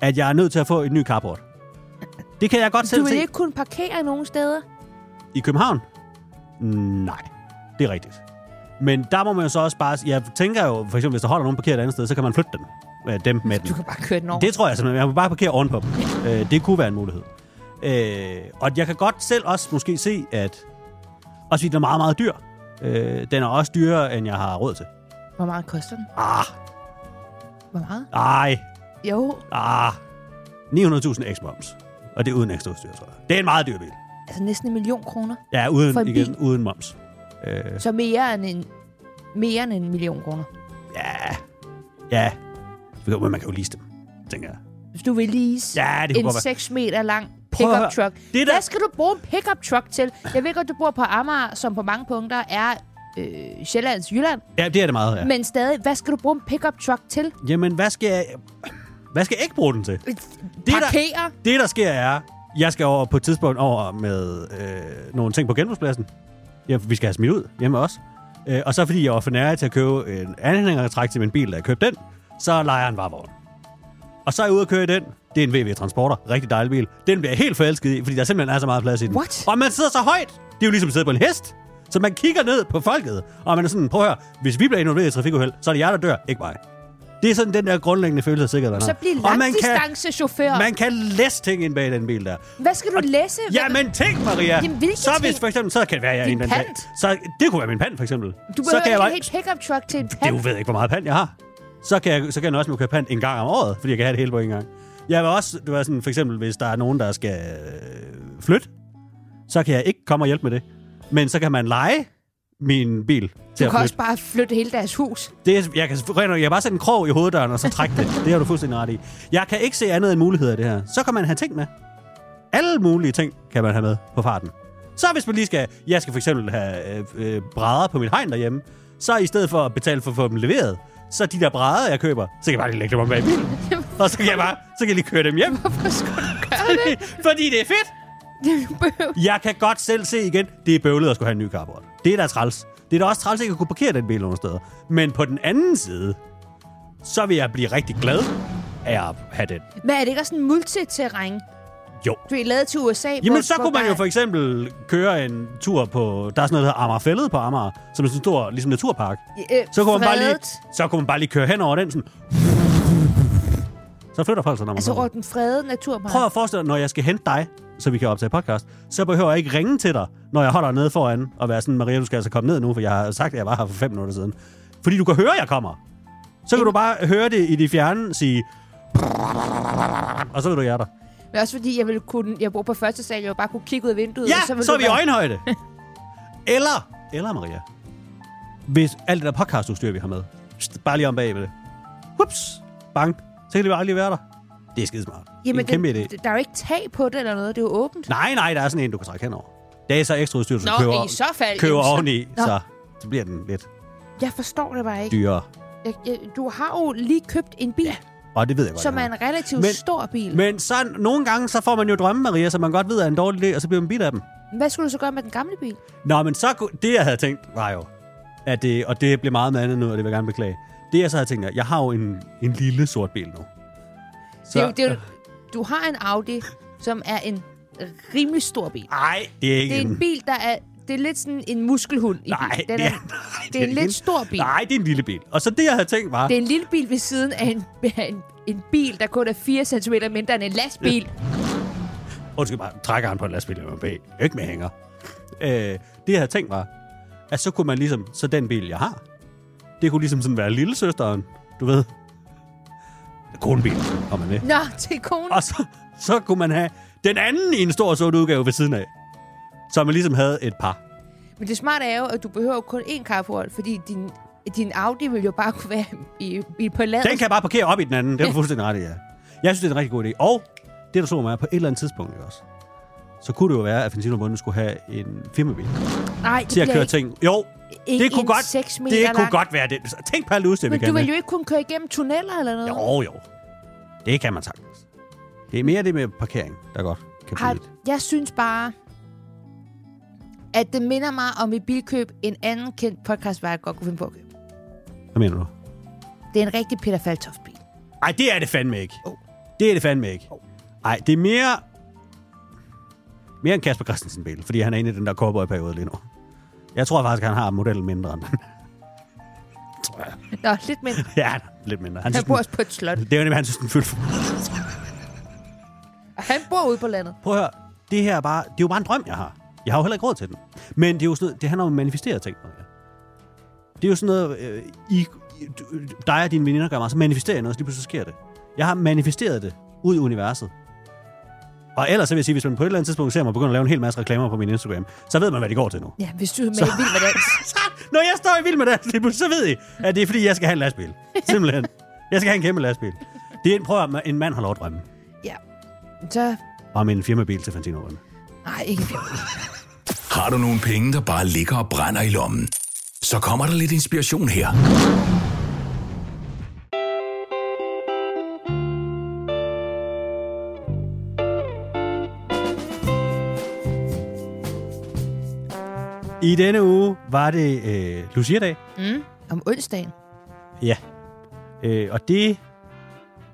S2: at jeg er nødt til at få en ny carport. Det kan jeg godt
S3: Du
S2: selv se.
S3: vil ikke kunne parkere nogen steder?
S2: I København? Nej, det er rigtigt. Men der må man jo så også bare... Jeg tænker jo, for eksempel, hvis der holder nogen parkeret et andet sted, så kan man flytte den. Øh, Dem med den.
S3: Du kan bare køre den over.
S2: Det tror jeg simpelthen. Jeg må bare parkere ovenpå dem. Øh, det kunne være en mulighed. Øh, og jeg kan godt selv også måske se, at også fordi den er meget, meget dyr. Øh, den er også dyrere, end jeg har råd til.
S3: Hvor meget koster den?
S2: Ah,
S3: Hvor meget?
S2: ej,
S3: Jo,
S2: ah. 900.000 x moms. Og det er uden ekstra udstyr, tror jeg. Det er en meget dyr bil.
S3: altså næsten en million kroner.
S2: Ja, uden,
S3: For en
S2: igen,
S3: bil?
S2: uden moms. Øh,
S3: Så mere end en, mere end en million kroner.
S2: ja, ja. Men man kan jo lease dem, tænker jeg.
S3: Hvis du vil lease
S2: Ja, det kunne
S3: en
S2: godt være.
S3: 6 meter lang
S2: Prøv at
S3: pickup
S2: høre.
S3: truck.
S2: Det der-
S3: Hvad skal du bruge en pickup truck til? Jeg ved godt, du bor på Amager, som på mange punkter er øh, Sjællands Jylland.
S2: Ja, det er det meget,
S3: Ja.
S2: ja. Men...
S3: Men stadig, hvad skal du bruge en pickup truck til? Øh,
S2: Jamen, hvad skal jeg... Hvad skal jeg ikke bruge den til?
S3: Det
S2: der-
S3: Parkere?
S2: Det, der sker, er... Jeg skal over på et tidspunkt over med øh, nogle ting på genbrugspladsen. Ja, vi skal have smidt ud hjemme også. Øh, og så fordi jeg var for nær til at købe en anhængertræk til min bil, da jeg købte den, så leger jeg en varevogn. Og så er jeg ude at køre i den. Det er en VW Transporter. Rigtig dejlig bil. Den bliver jeg helt forelsket i, fordi der simpelthen er så meget plads i den.
S3: What?
S2: Og man sidder så højt. Det er jo ligesom at sidde på en hest. Så man kigger ned på folket, og man er sådan, prøv at høre, hvis vi bliver involveret i et trafikuheld, så er det jer, der dør, ikke mig. Det er sådan den der grundlæggende følelse af sikkerhed, man har.
S3: Så bliv
S2: Og man kan,
S3: langdistancechauffør.
S2: man kan læse ting ind bag den bil der.
S3: Hvad skal du læse?
S2: Ja, men tænk, Maria.
S3: Jamen, hvilke
S2: så hvis
S3: ting?
S2: for eksempel, så kan det være, jeg
S3: Din
S2: en eller anden dag-
S3: pant?
S2: Så det kunne være min pand, for eksempel.
S3: Du
S2: så
S3: behøver
S2: kan
S3: ikke
S2: jeg
S3: have en pickup truck til en
S2: det er
S3: pand.
S2: jo ved jeg ikke, hvor meget pand jeg har. Så kan jeg, så kan jeg også må købe pand en gang om året, fordi jeg kan have det hele på en gang. Jeg vil også, du ved, sådan, for eksempel, hvis der er nogen, der skal øh, flytte, så kan jeg ikke komme og hjælpe med det. Men så kan man lege min bil til
S3: Du
S2: at
S3: kan
S2: flytte.
S3: også bare flytte hele deres hus.
S2: Det er, jeg kan rent ud- jeg kan bare sætte en krog i hoveddøren, og så trække det. Det har du fuldstændig ret i. Jeg kan ikke se andet end muligheder i det her. Så kan man have ting med. Alle mulige ting kan man have med på farten. Så hvis man lige skal... Jeg skal for eksempel have øh, øh, brædder på mit hegn derhjemme. Så i stedet for at betale for at få dem leveret, så de der brædder, jeg køber, så kan jeg bare lige lægge dem om bag i bilen. og så kan jeg bare så kan jeg lige køre dem hjem.
S3: Hvorfor skulle du gøre det?
S2: Fordi, fordi det er fedt.
S3: Du behøver-
S2: Jeg kan godt selv se igen, det er bøvlet at skulle have en ny carport. Det er da træls. Det er da også træls, at jeg kunne parkere den bil nogle steder. Men på den anden side, så vil jeg blive rigtig glad af at have den.
S3: Men er det ikke også en multiterræn?
S2: Jo.
S3: Du er lavet til USA. hvor-
S2: Jamen, så
S3: hvor
S2: kunne man
S3: der-
S2: jo for eksempel køre en tur på... Der er sådan noget, der hedder Amagerfællet på Amager, som er sådan en stor ligesom naturpark.
S3: øh,
S2: Så kunne, man bare lige,
S3: fredet.
S2: så kunne man bare lige køre hen over den sådan... Så flytter folk sig, når man
S3: Altså
S2: kommer.
S3: over den fredede naturpark.
S2: Prøv at forestille dig, når jeg skal hente dig, så vi kan optage podcast, så behøver jeg ikke ringe til dig, når jeg holder nede foran, og være sådan, Maria, du skal altså komme ned nu, for jeg har sagt, at jeg var her for fem minutter siden. Fordi du kan høre, at jeg kommer. Så kan du bare høre det i det fjerne sige... Og så vil du jeg er der.
S3: Men også fordi, jeg ville kunne, jeg bor på første sal, jeg ville bare kunne kigge ud af vinduet. og
S2: Ja,
S3: ville
S2: så er
S3: du
S2: vi i
S3: være-
S2: øjenhøjde. Eller, eller Maria, hvis alt det der podcastudstyr, vi har med, pst, bare lige om bagved det. Whoops, bang, så kan det bare lige være der. Det er skidesmart. Jamen, en kæmpe idé.
S3: det, der er jo ikke tag på det eller noget, det er jo åbent.
S2: Nej, nej, der er sådan en, du kan trække henover. Det er så ekstra udstyr, du
S3: Nå,
S2: køber,
S3: i så fald,
S2: køber
S3: jamen, så-
S2: oveni,
S3: Nå.
S2: så, så bliver den lidt
S3: Jeg forstår det bare ikke.
S2: dyrere.
S3: Jeg, jeg, du har jo lige købt en bil, ja,
S2: Og det ved jeg godt.
S3: som er
S2: jeg
S3: en relativt
S2: Men-
S3: stor bil.
S2: har. Men så, nogle gange så får man jo drømme, Maria, så man godt ved, at er en dårlig idé, og så bliver man bidt af dem.
S3: Hvad skulle du så gøre med den gamle bil?
S2: Nå, men så kunne- det, jeg havde tænkt, var jo, at det, og det bliver meget med andet nu, og det vil jeg gerne beklage. Det, jeg så havde tænkt, er, jeg har jo en, en lille sort bil nu.
S3: Det er jo, det er jo, du har en Audi, som er en rimelig stor bil.
S2: Nej, det er ikke
S3: Det er en bil, der er... Det er lidt sådan en muskelhund. I
S2: Nej,
S3: bil. den
S2: det er-
S3: er,
S2: nej,
S3: det er en
S2: det er
S3: lidt
S2: ikke.
S3: stor bil.
S2: Nej, det er en lille bil. Og så det, jeg havde tænkt, var...
S3: Det er en lille bil ved siden af en, af en, en bil, der kun er 4 cm mindre end en lastbil.
S2: Undskyld mig, trækker han på en lastbil med bag. Ikke med hænger. Øh, det jeg havde tænkt var, at så kunne man ligesom, så den bil, jeg har, det kunne ligesom sådan være lillesøsteren, du ved. Konebil, om man vil.
S3: Nå, til konen.
S2: Og så, så kunne man have den anden i en stor sort udgave ved siden af. Så man ligesom havde et par.
S3: Men det smarte er jo, at du behøver kun én carport, fordi din, din Audi vil jo bare kunne være i, i på landet.
S2: Den kan jeg bare parkere op i den anden. Det er du fuldstændig ret i, ja. Jeg synes, det er en rigtig god idé. Og det, der så mig, er, på et eller andet tidspunkt ikke også, så kunne det jo være, at Fentino Bunde skulle have en firmabil
S3: Nej, det
S2: til at
S3: bliver
S2: køre
S3: ikke,
S2: ting. Jo,
S3: ikke
S2: det kunne
S3: en
S2: godt,
S3: 6 meter
S2: det
S3: lang.
S2: kunne godt være det. Så Tænk på alle udstyr, vi
S3: Men du
S2: kan
S3: vil
S2: med.
S3: jo ikke kunne køre igennem tunneller eller noget.
S2: Jo, jo. Det kan man sagtens. Det er mere det med parkering, der godt kan blive
S3: Har,
S2: lidt.
S3: jeg synes bare, at det minder mig om et bilkøb, en anden kendt podcast, var jeg godt kunne finde på at købe.
S2: Hvad mener du?
S3: Det er en rigtig Peter Faltoft-bil.
S2: Ej, det er det fandme ikke.
S3: Jo.
S2: Det er det fandme ikke. Ej, det er mere... Mere en Kasper Christensen-bil, fordi han er inde i den der cowboy-periode lige nu. Jeg tror faktisk, han har modellen mindre end den.
S3: Nå, lidt mindre.
S2: ja, han er lidt mindre. Han,
S3: Han
S2: synes,
S3: bor
S2: den,
S3: også på et slot.
S2: det er jo nemlig, han synes, den fyldte for meget.
S3: Og han bor ude på landet.
S2: Prøv at høre, det her er bare, det er jo bare en drøm, jeg har. Jeg har jo heller ikke råd til den. Men det, er jo sådan noget, det handler om at manifestere ting, Maria. Det er jo sådan noget, øh, I, du- dig og dine veninder gør meget, så manifesterer jeg noget, så lige pludselig sker det. Jeg har manifesteret det ud i universet. Og ellers så vil jeg sige, hvis man på et eller andet tidspunkt ser mig begynde at lave en hel masse reklamer på min Instagram, så ved man, hvad de går til nu.
S3: Ja, hvis du er med i Vild med Dans.
S2: Så, når jeg står i vild med dans, lige pludselig, så ved I, at det er fordi, jeg skal have en lastbil. Simpelthen. Jeg skal have en kæmpe lastbil. Det er en, prøv at, høre, en mand har lov at drømme.
S3: Ja. Så
S2: Bare med en firmabil til Fantino Bunde.
S3: Nej, ikke
S1: Har du nogle penge, der bare ligger og brænder i lommen? Så kommer der lidt inspiration her.
S2: I denne uge var det øh, Lucia-dag.
S3: Om onsdagen.
S2: Ja. Øh, og det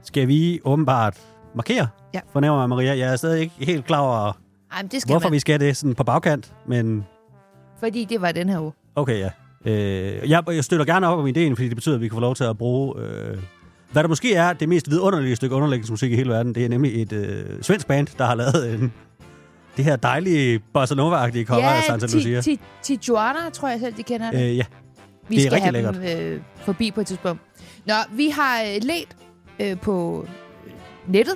S2: skal vi åbenbart markere.
S3: Ja.
S2: Fornemmer jeg, Maria. Jeg er stadig ikke helt klar over,
S3: Ej, men det skal
S2: hvorfor
S3: man,
S2: vi skal det sådan på bagkant, men
S3: fordi det var den her uge.
S2: okay, ja. Øh, jeg, jeg støtter gerne op om ideen, fordi det betyder, at vi kan få lov til at bruge... Øh, hvad der måske er det mest vidunderlige stykke underlægningsmusik i hele verden, det er nemlig et øh, svensk band, der har lavet en, det her dejlige bossa nova-agtige cover af Santa
S3: ti-
S2: Lucia.
S3: ti- Tijuana, tror jeg selv, de kender det.
S2: Øh, ja,
S3: Vi
S2: det er
S3: skal
S2: rigtig
S3: have dem øh, forbi på et tidspunkt. Nå, vi har øh, let øh, på øh, nettet,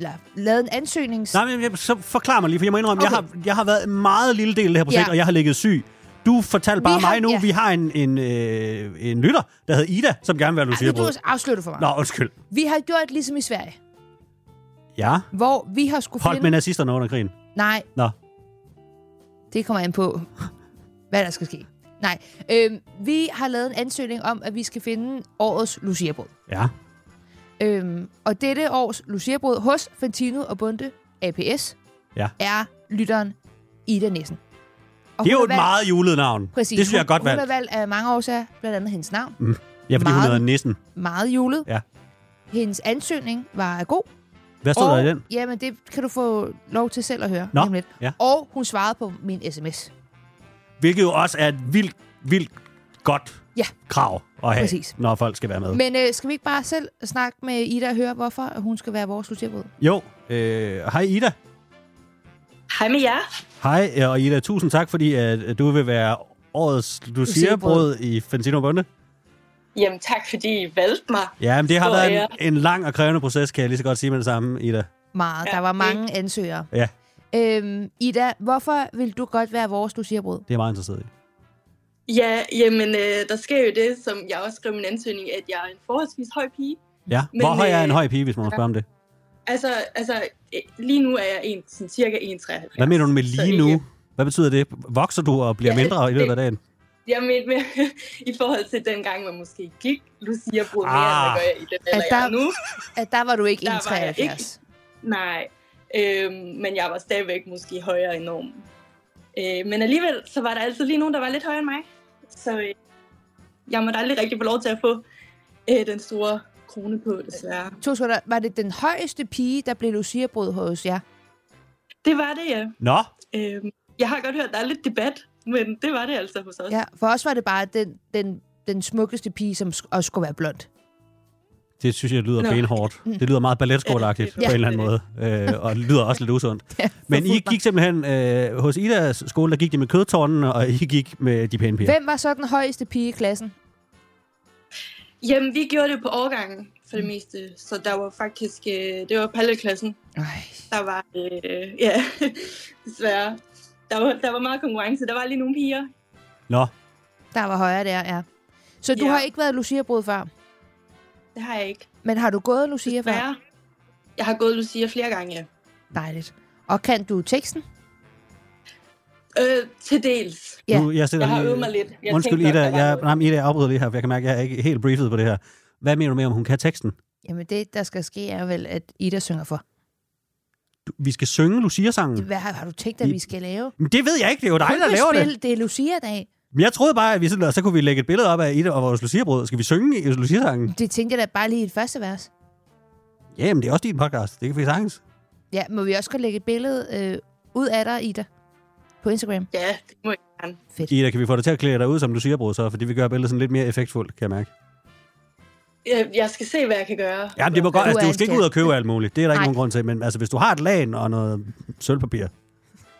S3: eller lavet en ansøgning.
S2: Nej, men jeg- så forklar mig lige, for jeg må indrømme, okay. jeg,
S3: Okay.
S2: har, jeg har været en meget lille del af det her projekt, ja.
S3: Ja.
S2: og jeg har ligget syg. Du fortalte bare
S3: Vi har-
S2: mig nu,
S3: ja.
S2: vi har en, en, øh, en lytter, der hedder Ida, som gerne vil have
S3: Ej, nu
S2: lucia
S3: er du afslutter for mig.
S2: Nå, undskyld.
S3: Vi har gjort ligesom i Sverige,
S2: Ja,
S3: hvor vi har skulle
S2: holdt med
S3: finde...
S2: nazisterne under krigen.
S3: Nej,
S2: Nå,
S3: det kommer an på, hvad der skal ske. Nej, øhm, vi har lavet en ansøgning om, at vi skal finde årets luciabrød.
S2: ja.
S3: Øhm, og dette års luciabrød hos Fantino og Bunde APS
S2: Ja.
S3: er lytteren Ida Nissen. Og
S2: Det er jo
S3: hun har
S2: et
S3: valgt-
S2: meget julet navn.
S3: Præcis.
S2: Det synes jeg er
S3: hun,
S2: godt
S3: Hun
S2: valgt.
S3: er valgt af mange årsager, blandt andet hendes navn. Mm.
S2: Ja, fordi hun
S3: meget-
S2: hedder Nissen.
S3: Meget julet.
S2: Ja.
S3: Hendes ansøgning var god.
S2: Hvad stod der i den?
S3: Jamen, det kan du få lov til selv at høre.
S2: Nå,
S3: lige om lidt.
S2: ja.
S3: Og hun svarede på min sms.
S2: Hvilket jo også er et vildt, vildt godt
S3: Ja.
S2: krav at have,
S3: Præcis.
S2: når folk skal være med.
S3: Men øh, skal vi ikke bare selv snakke med Ida og høre, hvorfor at hun skal være vores luciabrød?
S2: Jo, øh, hej Ida.
S4: Hej med jer.
S2: Hej, øh, og Ida, tusind tak, fordi at at du vil være årets Lucia-brød i Fantino Bunde.
S4: Jamen tak, fordi I valgte mig.
S2: Ja, men det har
S4: Stor
S2: været
S4: ære.
S2: en, en lang og krævende proces, kan jeg lige så godt sige med det samme, Ida.
S3: Meget. Ja,
S4: Ja,
S3: der var
S4: det-
S3: mange ansøgere.
S2: Ja,
S3: Øhm, Ida, hvorfor vil du godt være vores luciabrød?
S2: det er jeg meget interesseret i.
S4: Ja, jamen øh, der sker jo det, som jeg også skrev i min ansøgning, at jeg er en forholdsvis høj pige.
S2: Ja,
S4: Men,
S2: hvor høj er
S4: øh,
S2: en høj pige, hvis man må spørge om det?
S4: Altså, altså øh, lige nu er jeg en, sådan, cirka 1,73.
S2: Hvad mener du med
S4: Så
S2: lige
S4: ikke-
S2: nu? Hvad betyder det? Vokser du og bliver
S4: Ja,
S2: mindre i løbet af
S4: det-
S2: dagen?
S4: Jeg mener med, i forhold til dengang, man måske gik Lucia brød mere,
S2: Ah.
S4: ah. end hvad gør jeg i den alder,
S3: At
S4: jeg
S3: der-
S4: er nu.
S3: At der var du ikke
S4: Der var jeg
S3: 1,73.
S4: Nej, øhm, men jeg var stadigvæk måske højere end normen. Øh, men alligevel, så var der altid lige nogen, der var lidt højere end mig. Så øh, jeg måtte aldrig rigtig få lov til at få øh, den store krone på, desværre.
S3: To sekunder. Var det den højeste pige, der blev luciabrød hos jer?
S4: Det var det, ja.
S2: Nå,
S4: Øh, jeg har godt hørt, at der er lidt debat, men det var det altså hos os.
S3: Ja, for os var det bare den, den, den smukkeste pige, som sk- også skulle være blond.
S2: det synes jeg lyder
S4: Nå.
S2: benhårdt. Det lyder meget balletskoleagtigt
S4: Ja.
S2: på en eller anden måde, øh, og det lyder også lidt usundt. Men I gik simpelthen, øh, hos Idas skole, der gik de med kødtårnene, og I gik med de pæne piger.
S3: Hvem var så den højeste pige i klassen?
S4: Jamen, vi gjorde det på årgangen for det meste, så der var faktisk, øh, det var palleklassen,
S3: Ej.
S4: der var, øh, ja, desværre, der var, der var meget konkurrence. Der var lige nogle piger,
S2: Nå,
S3: Der var højere der, ja. Så du
S4: Ja.
S3: har ikke været luciabrød før?
S4: det har jeg ikke.
S3: Men har du gået Lucia før?
S4: Desværre. Jeg har gået Lucia flere gange, ja.
S3: Dejligt. Og kan du teksten?
S4: Øh, til dels.
S3: Ja.
S2: Nu, jeg, sidder
S4: Jeg har
S2: lige-
S4: øvet mig lidt. Jeg
S2: Undskyld,
S4: tænkte
S2: Ida,
S4: nok, der var
S2: jeg,
S4: noget.
S2: nej, men Ida, jeg afbryder lige her, for jeg kan mærke, at jeg er ikke helt briefet på det her. Hvad mener du med, om hun kan teksten?
S3: Jamen det, der skal ske, er vel, at Ida synger for.
S2: Du, vi skal synge Lucia-sangen.
S3: Hvad har, har du tænkt dig,
S2: I-
S3: vi skal lave?
S2: Men det ved jeg ikke, det er jo dig, der
S3: Kun
S2: laver
S3: spil,
S2: det.
S3: det er Lucia-dag.
S2: Men jeg troede bare, at vi sådan, og så kunne vi lægge et billede op af Ida og vores Lucia-brød. Skal vi synge i Lucia-sangen?
S3: Det tænkte jeg da bare lige i et første vers.
S2: Jamen, det er også din podcast. Det kan vi sagtens.
S3: Ja, må vi også godt lægge et billede øh, ud af dig, Ida? På Instagram.
S4: Ja, det må jeg gerne.
S3: Fedt.
S2: Ida, kan vi få dig til at klæde dig ud som Lucia-brød så? Fordi vi gør billedet sådan lidt mere effektfuldt, kan jeg mærke.
S4: Jeg, jeg skal se, hvad jeg kan gøre.
S2: Jamen, det må godt.
S3: Du
S2: Altså,
S3: er
S2: du skal ikke ud og købe alt muligt. Det er der ikke
S3: Nej.
S2: nogen grund til. Men altså, hvis du har et lagen og noget sølvpapir,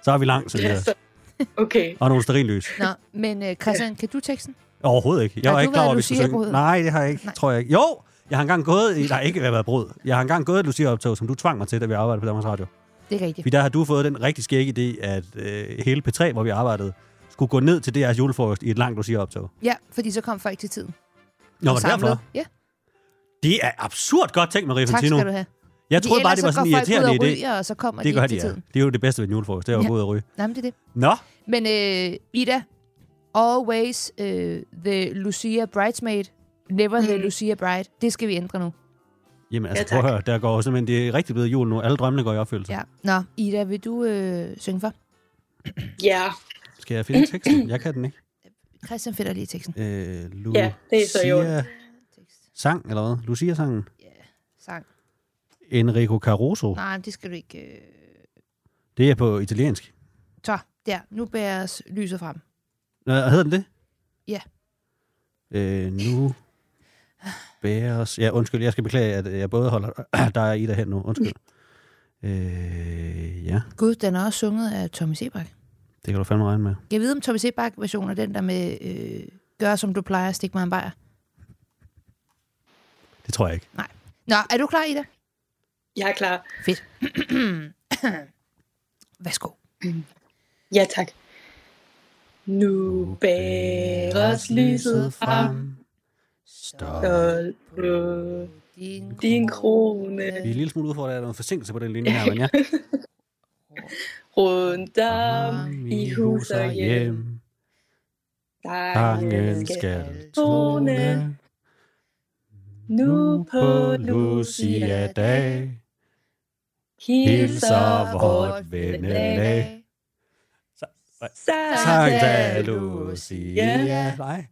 S2: så er vi langt, så
S4: Ja,
S2: videre.
S4: så- Okay.
S2: Og nogle sterinlys.
S3: Nå, men øh, Christian, kan du teksten?
S2: Overhovedet ikke. Jeg
S3: Har
S2: var
S3: du
S2: ikke klar
S3: været
S2: over, at vi skulle synge.
S3: Lucia-brød?
S2: Nej, det har jeg ikke, Nej.
S3: Nej.
S2: tror jeg ikke. Jo, jeg har engang gået i... Nej, ikke været brød. Jeg har engang gået i et Lucia-optog, som du tvang mig til, da vi arbejdede på Danmarks Radio.
S3: Det er rigtigt.
S2: Fordi der har du fået den rigtig skægge idé, at øh, hele P3, hvor vi arbejdede, skulle gå ned til DR's julefrokost i et langt Lucia-optog.
S3: Ja, fordi så kom folk til tiden.
S2: Nå, var
S3: Og
S2: det derfor?
S3: samlede. Ja,
S2: Det er absurd godt tænkt, Marie
S3: tak
S2: Fantino.
S3: skal du have.
S2: Jeg troede bare, det var sådan en irriterende
S3: idé.
S2: idé.
S3: Ryger, og så kommer
S2: Det
S3: de
S2: gør
S3: ikke
S2: de,
S3: til
S2: ja.
S3: tiden.
S2: Det er jo det bedste ved en julefrokost, det er jo
S3: Ja.
S2: at gå ud og ryge.
S3: Nej, men det er det.
S2: Nå,
S3: Men øh, Ida, always øh, the Lucia bridesmaid, never the
S4: Mm.
S3: Lucia bride. Det skal vi ændre nu.
S2: jamen altså,
S4: Ja,
S2: prøv
S4: tak.
S2: at høre, der går jo simpelthen, det er rigtig blevet jul nu. Alle drømmene går i opfyldelse.
S3: Ja. Nå, Ida, vil du øh, synge for?
S4: Ja,
S2: Skal jeg finde teksten? Jeg kan den ikke.
S3: Christian finder lige teksten.
S2: Øh, Lucia
S4: Ja, det er så i orden.
S3: Tekst.
S2: sang, eller hvad? Lucia-sangen.
S3: Sang.
S2: Enrico Caruso.
S3: Nej, det skal du ikke. Øh...
S2: Det er på italiensk.
S3: Så, der. Nu bæres lyset frem.
S2: Nå, hedder den det?
S3: Ja.
S2: Øh, nu bæres... Ja, undskyld, jeg skal beklage, at jeg både holder dig og Ida hen nu. Undskyld. Øh, ja,
S3: Gud, den er også sunget af Tommy Sebak.
S2: det kan du fandme regne med.
S3: Jeg ved, om Tommy Sebak-versionen er den der med øh, gør, som du plejer, stik mig en bajer.
S2: Det tror jeg ikke.
S3: Nå, er du klar, Ida?
S4: jeg er klar.
S3: Fedt. Værsgo.
S4: Ja, tak. Nu bæres lyset frem,
S2: Stop.
S4: stolt på
S3: Din,
S4: din krone.
S2: Vi er en lille smule udfordret af noget forsinkelse på den linje her, men ja.
S4: Rundt om i hus og hjem,
S2: Hangen
S4: sangen skal
S2: skal
S4: tone.
S2: tone.
S4: nu på Lucia
S2: Lucia-dag.
S4: hilser
S2: hilser
S4: vort
S2: vort vennelag.
S4: Santa
S2: Sankta
S4: Lucia.
S2: Lucia. Nej.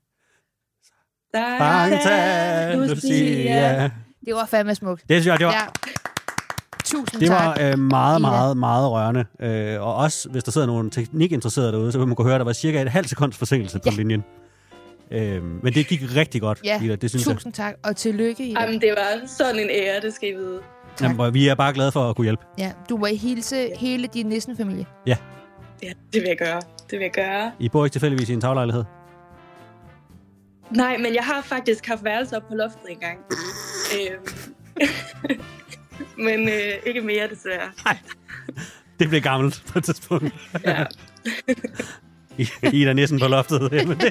S4: Santa
S2: Sankta
S4: Lucia.
S2: Lucia.
S3: Det var fandme smukt.
S2: Det synes jeg, det var,
S3: Ja. Tusind
S2: det
S3: tak.
S2: var øh, meget,
S3: Ida.
S2: meget, meget rørende. Øh, og også, hvis der sidder nogen teknikinteresserede derude, så vil man kunne høre, at der var cirka et halvt sekunds forsinkelse på
S3: Ja.
S2: linjen. Øh, men det gik rigtig godt,
S3: Ja,
S2: Ida. Det synes jeg.
S3: Tusind tak, og tillykke, Ida.
S4: Jamen, det var sådan en ære, det skal I vide.
S3: tak.
S2: Jamen, og vi er bare glade for at kunne hjælpe.
S3: Ja, du må hilse hele din nissenfamilie.
S4: Ja, det vil jeg gøre. Det vil jeg gøre.
S2: I bor ikke tilfældigvis i en taglejlighed.
S4: Nej, men jeg har faktisk haft værelser op på loftet engang. øhm. men øh, ikke mere, desværre.
S2: Det blev gammelt på et tidspunkt.
S4: Ja.
S2: I- Ida næsten på loftet. Jamen, det,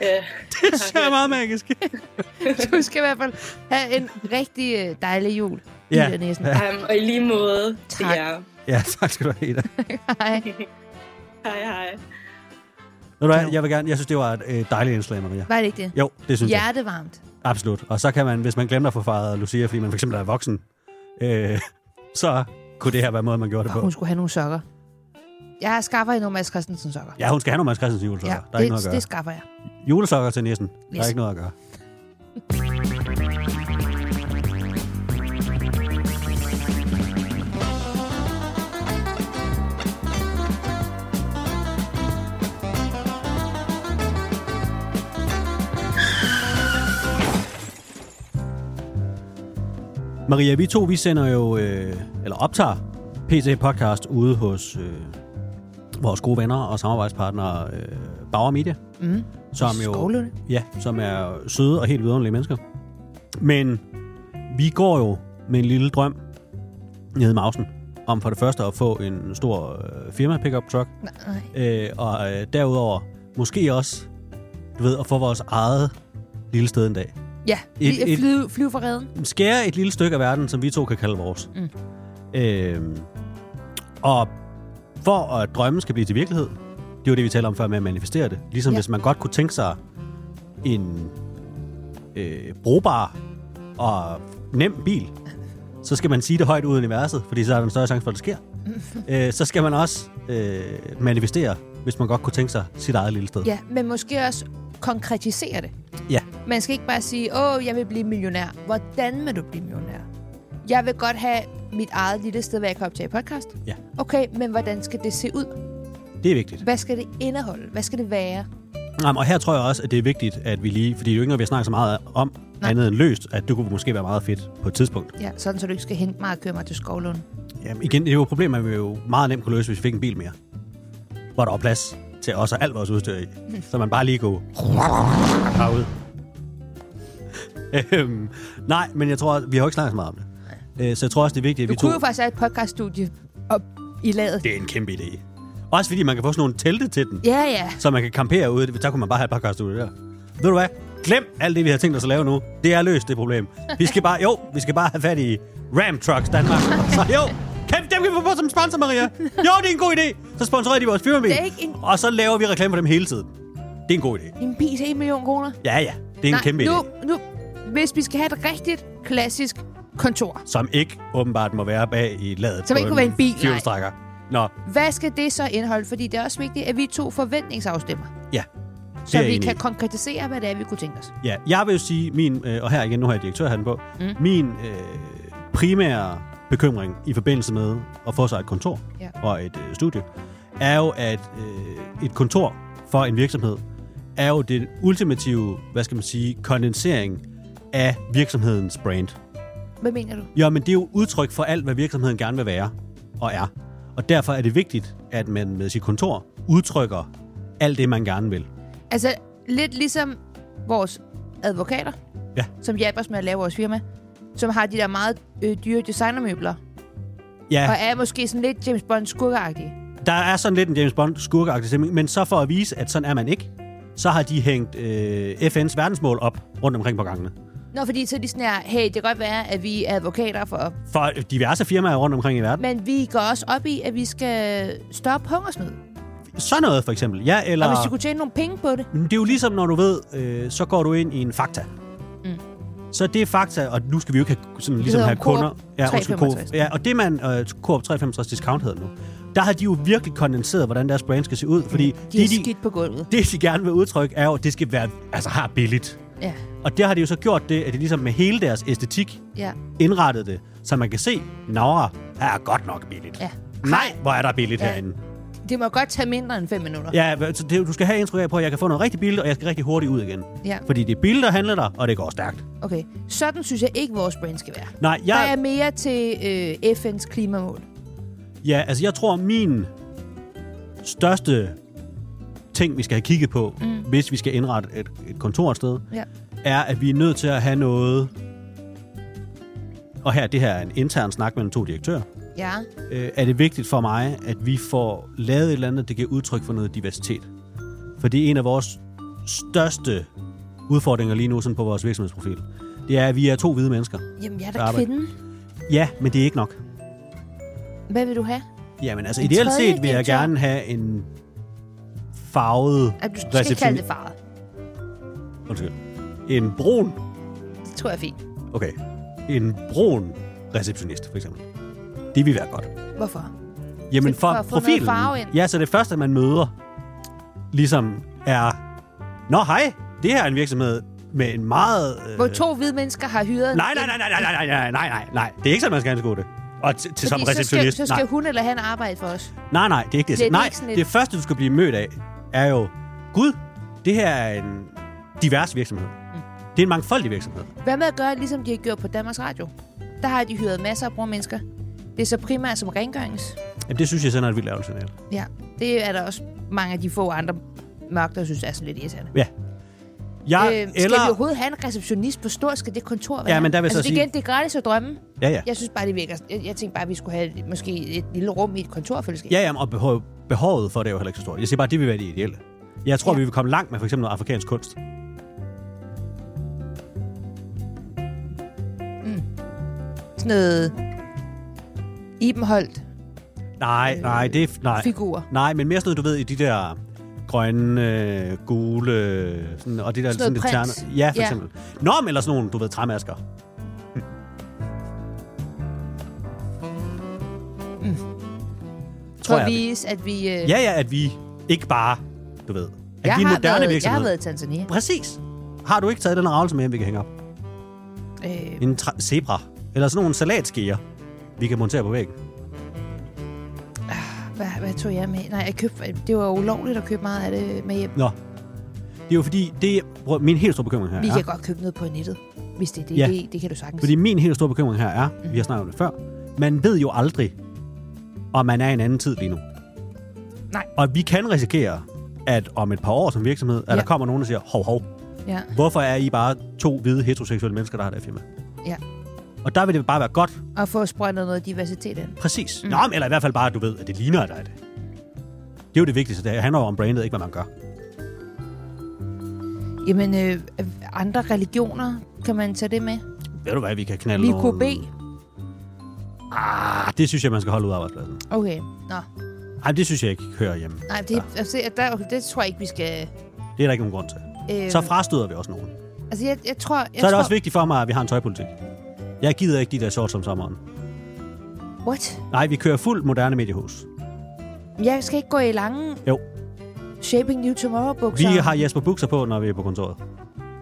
S4: Ja.
S2: det synes jeg er meget magisk.
S3: Du skal i hvert fald have en rigtig øh, dejlig jul,
S2: Ja.
S3: Ida Nissen.
S4: Um, og i lige måde til
S3: Tak.
S4: jer.
S2: Ja, tak skal du have, Ida.
S3: Hej.
S4: Hej, hej.
S2: Ved du hvad, jeg vil gerne, jeg synes, det var et øh, dejligt indslag, Maria.
S3: Var det ikke det?
S2: Jo, det synes jeg.
S3: Hjertevarmt.
S2: Absolut. Og så kan man, hvis man glemte at få fejret Lucia, fordi man for eksempel er voksen, øh, så kunne det her være måden, man gjorde det
S3: Og
S2: på.
S3: hun skulle have nogle sokker. Jeg skaffer hende nogle Mads Christensen sokker.
S2: Ja, hun skal have nogle Mads Christensen julesokker. Ja, der er
S3: det,
S2: ikke noget at gøre.
S3: det skaffer jeg.
S2: Julesokker til næsten. Der er
S3: Yes.
S2: ikke noget at gøre. Maria, vi to, vi sender jo, øh, eller optager PT Podcast ude hos øh, vores gode venner og samarbejdspartnere øh, Bauer Media.
S3: Mm.
S2: Som jo,
S3: Skovlunde.
S2: ja, som er søde og helt vidunderlige mennesker. Men vi går jo med en lille drøm ned i mausen om for det første at få en stor øh, firma pickup truck,
S3: Nej, nej.
S2: øh, og øh, derudover måske også, du ved, at få vores eget lille sted en dag.
S3: Ja,
S2: Et-
S3: et,
S2: et-
S3: et, flyve, flyve for redden.
S2: Skære et lille stykke af verden, som vi to kan kalde vores.
S3: Mm.
S2: Øh, og for at drømmen skal blive til virkelighed, det var det, vi talte om før med at manifestere det. Ligesom
S3: Ja.
S2: ja. hvis man godt kunne tænke sig en øh, brugbar og nem bil, så skal man sige det højt ud i universet, fordi så er der en større chance for, at det sker. øh, så skal man også øh, manifestere, hvis man godt kunne tænke sig sit eget lille sted.
S3: Ja, men måske også konkretisere det.
S2: ja.
S3: Man skal ikke bare sige, åh, jeg vil blive millionær. Hvordan vil du blive millionær? Jeg vil godt have mit eget lille sted, hvor jeg kan optage podcast.
S2: Ja.
S3: Okay, men hvordan skal det se ud?
S2: Det er vigtigt.
S3: Hvad skal det indeholde? Hvad skal det være?
S2: Jamen, og her tror jeg også, at det er vigtigt, at vi lige... Fordi det er jo ikke noget, vi har snakket så meget om,
S3: Nej.
S2: Nej. andet end løst, at det kunne måske være meget fedt på et tidspunkt.
S3: Ja, sådan så du ikke skal hente mig og køre mig til Skovlund.
S2: Jamen, igen, det er jo et problem, man vil jo meget nemt kunne løse, hvis vi fik en bil mere. Hvor der var plads til os og alt vores udstyr i. Så man bare lige kunne... herud. Øhm, nej, men jeg tror, at vi har jo ikke snakket så meget om det. Øh, Så jeg tror også, det er vigtigt, at
S3: Du
S2: vi to...
S3: kunne jo faktisk have et podcaststudie op i ladet.
S2: Det er en kæmpe idé. Også fordi man kan få sådan nogle telte til den,
S3: Ja, ja.
S2: så man kan campere ude. Der kunne man bare have et podcast ude der. Ved du hvad? Glem alt det, vi har tænkt os at lave nu. Det er løst, det problem. Vi skal bare, jo, vi skal bare have fat i Ram Trucks Danmark. Så jo, kan, dem kan vi få på som sponsor, Maria. Jo, det er en god idé. Så sponsorerer de vores firmabil.
S3: Det er ikke en-
S2: Og så laver vi reklame for dem hele tiden. Det er en god idé.
S3: En bil til 1 million kroner?
S2: Ja, ja. Det er en kæmpe idé.
S3: nu, nu, hvis vi skal have et rigtigt klassisk kontor,
S2: Som ikke åbenbart må være bag i ladet.
S3: Som ikke kunne være en bil, nej.
S2: Fjolstrækker. Nå,
S3: hvad skal det så indeholde? Fordi det er også vigtigt, at vi to forventningsafstemmer,
S2: ja. Det
S3: så
S2: er jeg
S3: vi
S2: enig
S3: kan
S2: i.
S3: konkretisere, hvad det er, vi kunne tænke os.
S2: Ja, jeg vil jo sige, min, øh, og her igen, nu har jeg direktørhatten på, mm. min øh, primære bekymring i forbindelse med at få sig et kontor
S3: Ja.
S2: og et øh, studie, er jo, at øh, et kontor for en virksomhed er jo den ultimative, hvad skal man sige, kondensering af virksomhedens brand.
S3: Hvad mener du?
S2: Jo, men det er jo udtryk for alt, hvad virksomheden gerne vil være og er. Og derfor er det vigtigt, at man med sit kontor udtrykker alt det, man gerne vil.
S3: Altså, lidt ligesom vores advokater,
S2: Ja.
S3: som hjælper os med at lave vores firma, som har de der meget øh, dyre designermøbler,
S2: Ja,
S3: og er måske sådan lidt James Bond skurkeagtige.
S2: Der er sådan lidt en James Bond skurkeagtig stemning, men så for at vise, at sådan er man ikke, så har de hængt øh, FN's verdensmål op rundt omkring på gangene.
S3: Nå, fordi så er de sådan her, hey, det kan godt være, at vi er advokater, for,
S2: For diverse firmaer rundt omkring i verden.
S3: men vi går også op i, at vi skal stoppe hungersnød.
S2: Sådan noget for eksempel. Ja, eller...
S3: Og hvis du kunne tjene nogle penge på det,
S2: Men Det er jo ligesom, når du ved, øh, så går du ind i en fakta. Mm. Så det er fakta, og nu skal vi jo ikke have, sådan, ligesom
S3: hedder
S2: have
S3: jo Coop
S2: kunder. Ja, undskyld, Coop.
S3: 365.
S2: ja, og det man, øh, Coop 365 discount hedder nu, der har de jo virkelig kondenseret, hvordan deres brand skal se ud. Fordi mm.
S3: de er skidt på gulvet.
S2: det, de gerne vil udtrykke, er jo, at det skal være altså, har billigt.
S3: Ja,
S2: Og der har de jo så gjort det, at de ligesom med hele deres æstetik
S3: ja.
S2: indrettet det, så man kan se, Nora her er godt nok billigt.
S3: Ja.
S2: Nej, hvor er der billigt ja.
S3: Ja.
S2: herinde.
S3: Det må godt tage mindre end 5 minutter.
S2: Ja, hva- så det, du skal have indtryk af på, at jeg kan få noget rigtig billigt, og jeg skal rigtig hurtigt ud igen.
S3: Ja.
S2: Fordi det er billigt at handle der, og det går stærkt.
S3: Okay, sådan synes jeg ikke, vores brand skal være.
S2: Nej,
S3: Der er
S2: jeg,
S3: mere til øh, FN's klimamål.
S2: ja, altså jeg tror, min største ting, vi skal have kigget på, mm. hvis vi skal indrette et, et kontor et sted,
S3: Ja.
S2: er, at vi er nødt til at have noget... Og her, det her er en intern snak mellem to direktører.
S3: Ja,
S2: øh, er det vigtigt for mig, at vi får lavet et eller andet, der giver udtryk for noget diversitet. For det er en af vores største udfordringer lige nu sådan på vores virksomhedsprofil. Det er, at vi er to hvide mennesker.
S3: jamen jeg er
S2: Der
S3: da
S2: arbejder-
S3: kvinde.
S2: Ja, men det er ikke nok.
S3: Hvad vil du have?
S2: Jamen altså,
S3: En
S2: ideelt
S3: tredje
S2: set vil jeg
S3: direktør.
S2: gerne have en farvet
S3: At du skal ikke
S2: reception-
S3: kalde det farvet.
S2: Undskyld. En brun...
S3: Det tror jeg er fint.
S2: Okay. En brun receptionist, for eksempel. Det vil være godt.
S3: Hvorfor?
S2: Jamen
S3: Til-
S2: for,
S3: for
S2: for
S3: at få noget
S2: profilen.
S3: farve ind.
S2: Ja, så det første, man møder, ligesom er... Nå, hej, det her er en virksomhed med en meget... Øh,
S3: Hvor to hvide mennesker har hyret...
S2: nej, nej, nej, nej, nej, nej, nej, nej, nej, nej. Det er ikke sådan, man skal anskue det. Og til, til som
S3: Fordi så skal,
S2: receptionist.
S3: så skal hun eller han arbejde for os.
S2: nej, nej, nej, det er ikke det.
S3: Det er
S2: nej,
S3: ikke sådan et-
S2: det første, du skal blive mødt af, er jo... Gud, det her er en divers virksomhed.
S3: Mm.
S2: Det er en mangfoldig virksomhed.
S3: Hvad med at gøre, ligesom de har gjort på Danmarks Radio? Der har de hyret masser af brugermennesker. Det er så primært som rengørings.
S2: Jamen, det synes jeg sådan er et vildt lavt signal.
S3: Ja, det er der også mange af de få andre mørk, der synes er sådan lidt irriterende.
S2: Ja. Jeg,
S3: Øh, skal eller... vi overhovedet have en receptionist på stor? Skal det kontor være?
S2: Ja, men der vil jeg
S3: altså,
S2: så
S3: det,
S2: sige-
S3: igen, det er gratis at drømme.
S2: ja, ja.
S3: Jeg synes bare, det virker... Jeg, jeg tænkte bare, at vi skulle have et, måske et lille rum i et kontorfællesskab.
S2: Ja, ja, og behov, behovet for det er jo heller ikke så stort. Jeg siger bare, at det vil være det ideelle. Jeg tror, ja.
S3: Ja.
S2: vi vil komme langt med for eksempel noget afrikansk kunst.
S3: Sådan noget... Ibenholdt.
S2: Nej, nej, det er... Nej.
S3: Øh, figurer.
S2: Nej, men mere sådan noget, du ved, i de der grønne, øh, gule, øh, sådan, og det der
S3: Sådan noget
S2: lidt
S3: prins.
S2: ternet- Ja, for
S3: Ja. Mm.
S2: eksempel. Nå, men eller sådan nogle, du ved, træmasker.
S3: For
S2: Tror
S3: at
S2: jeg,
S3: vise, at vi... Øh...
S2: Ja, ja, at vi ikke bare, du ved, at
S3: jeg,
S2: vi er en
S3: har
S2: moderne
S3: været, jeg
S2: virksomhed.
S3: har været i Tanzania.
S2: Præcis. Har du ikke taget den her ravelse med, hjem, vi kan hænge op?
S3: Øh,
S2: En tra- zebra. Eller sådan nogle salatskeer, vi kan montere på væggen.
S3: hvad, hvad tog jeg med? Nej, jeg købte, det var ulovligt at købe meget af det med hjem.
S2: Nå. Det er jo fordi, det prøv, min helt store bekymring her
S3: Vi
S2: er...
S3: kan godt købe noget på nettet, hvis det er det.
S2: Ja.
S3: Ja. Det, det kan du sagtens.
S2: Fordi min helt store bekymring her er, vi har snakket om det før, man ved jo aldrig, om man er i en anden tid lige nu.
S3: Nej.
S2: Og vi kan risikere, at om et par år som virksomhed, at ja.
S3: Ja.
S2: der kommer nogen, der siger, hov, hov,
S3: Ja,
S2: hvorfor er I bare to hvide heteroseksuelle mennesker, der har det her firma?
S3: ja.
S2: Og der vil det bare være godt,
S3: Og få sprøjtet noget diversitet ind.
S2: præcis. Mm. Nå, men eller i hvert fald bare, at du ved, at det ligner dig det. Det er jo det vigtigste. Det handler jo om brandet, ikke hvad man gør.
S3: Jamen, øh, andre religioner, kan man tage det med?
S2: Ved du hvad, vi kan knalde
S3: Vi
S2: nogle-
S3: kunne bede.
S2: Ah, det synes jeg, man skal holde ud af arbejdspladsen.
S3: Okay, nå.
S2: Ej, det synes jeg ikke hører hjemme.
S3: Nej, det, altså, der, det tror jeg ikke, vi skal...
S2: Det er der ikke nogen grund til.
S3: Øh,
S2: Så frastøder vi også nogen. Så
S3: Altså, jeg, jeg tror... Jeg
S2: er det
S3: tror,
S2: også vigtigt for mig, at vi har en tøjpolitik. Jeg gider ikke de der shorts om sommeren.
S3: What?
S2: Nej, vi kører fuldt moderne mediehus.
S3: Jeg skal ikke gå i lange...
S2: Jo.
S3: Shaping New Tomorrow-bukser.
S2: Vi har Jesper Bukser på, når vi er på kontoret.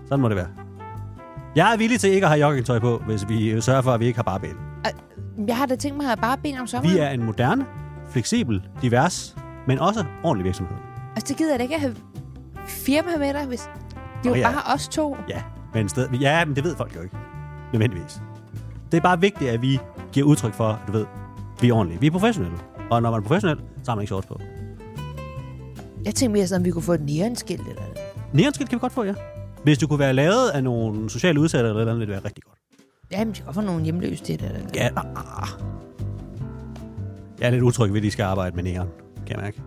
S2: Sådan må det være. Jeg er villig til ikke at have joggingtøj på, hvis vi øh, sørger for, at vi ikke har bare ben.
S3: Jeg har da tænkt mig at have bare ben om sommeren.
S2: Vi er en moderne, fleksibel, divers, men også ordentlig virksomhed.
S3: Altså, det gider jeg da ikke at have firma med dig, hvis... Det er jo
S2: Nå ja.
S3: bare os to.
S2: Ja, men, sted, ja, men det ved folk jo ikke. Nødvendigvis. Det er bare vigtigt, at vi giver udtryk for, at du ved, vi er ordentlige. Vi er professionelle. Og når man er professionel, så har man ikke shorts på.
S3: Jeg tænkte mere sådan, om vi kunne få et neonskilt eller noget.
S2: Neonskilt kan vi godt få, ja. Hvis du kunne være lavet af nogle sociale udsatte eller noget, andet, ville det være rigtig godt.
S3: Jamen, det kan godt få nogle hjemløse til det. Eller.
S2: Ja, ah. Jeg er lidt utryg ved, at de skal arbejde med neon, kan jeg mærke.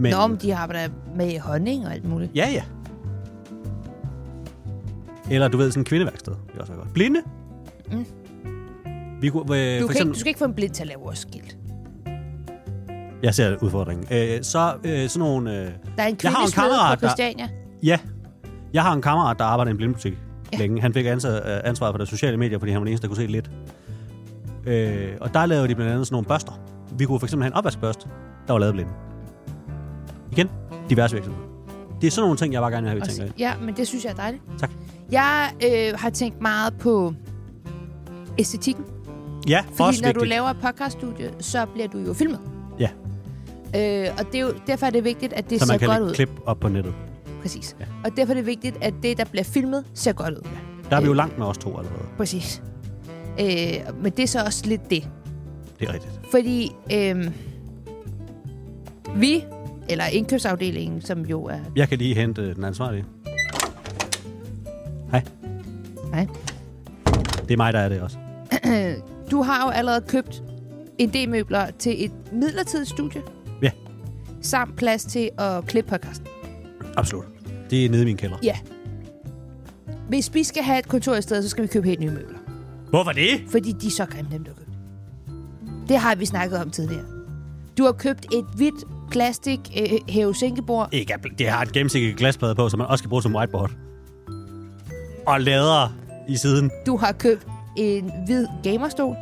S2: Men,
S3: Nå, men de arbejder med honning og alt muligt.
S2: Ja, ja. Eller du ved, sådan et kvindeværksted. Det kan også være godt. Blinde?
S3: Mm.
S2: Vi kunne, øh,
S3: Du,
S2: for
S3: kan ikke,
S2: eksempel,
S3: du skal ikke få en blind til at lave vores skilt.
S2: Jeg ser udfordringen. Øh, så øh, sådan nogle... Øh,
S3: Der
S2: Jeg har
S3: er en
S2: en
S3: kvindesmede på
S2: kammerat, der-
S3: Christiania.
S2: ja, jeg har en kammerat, der arbejder i en blindbutik ja. længe. Han fik ansvaret, øh, ansvaret for de sociale medier, fordi han var den eneste, der kunne se lidt. Øh, og der lavede de blandt andet sådan nogle børster. Vi kunne for eksempel have en opvaskbørst, der var lavet blinde. Igen, diverse virksomheder. Det er sådan nogle ting, jeg bare gerne vil have, vi
S3: Og
S2: tænker
S3: så-
S2: ind.
S3: Ja, men det synes jeg er dejligt.
S2: Tak.
S3: Jeg øh, har tænkt meget på æstetikken.
S2: Ja, for
S3: Fordi
S2: os
S3: når
S2: vigtigt.
S3: du laver et podcaststudie, så bliver du jo filmet.
S2: Ja.
S3: Øh, og det er jo, derfor er det vigtigt, at det
S2: så
S3: ser
S2: man kan
S3: godt
S2: lægge
S3: ud.
S2: klip op på nettet.
S3: Præcis.
S2: Ja.
S3: Ja. Og derfor er det vigtigt, at det, der bliver filmet, ser godt ud. Ja.
S2: Der er vi jo
S3: Øh.
S2: langt med os to allerede.
S3: Præcis. Øh, men det er så også lidt det.
S2: Det er rigtigt.
S3: Fordi øh, vi, eller indkøbsafdelingen, som jo er...
S2: Jeg kan lige hente øh, den ansvarlige. Hej.
S3: Nej,
S2: Det er mig, der er det også.
S3: du har jo allerede købt en del møbler til et midlertidigt studie.
S2: Ja.
S3: Samt plads til at klippe podcasten.
S2: Absolut. Det er nede i min kælder.
S3: Ja. Hvis vi skal have et kontor i stedet, så skal vi købe helt nye møbler.
S2: Hvorfor det?
S3: Fordi de er så grimme, dem du har købt. Det har vi snakket om tidligere. Du har købt et hvidt plastik øh, hævesænkebord.
S2: Ikke, af bl- det har et gennemsigtigt glasplade på, som man også kan bruge som whiteboard. Og lader i siden
S3: Du har købt en hvid gamerstol.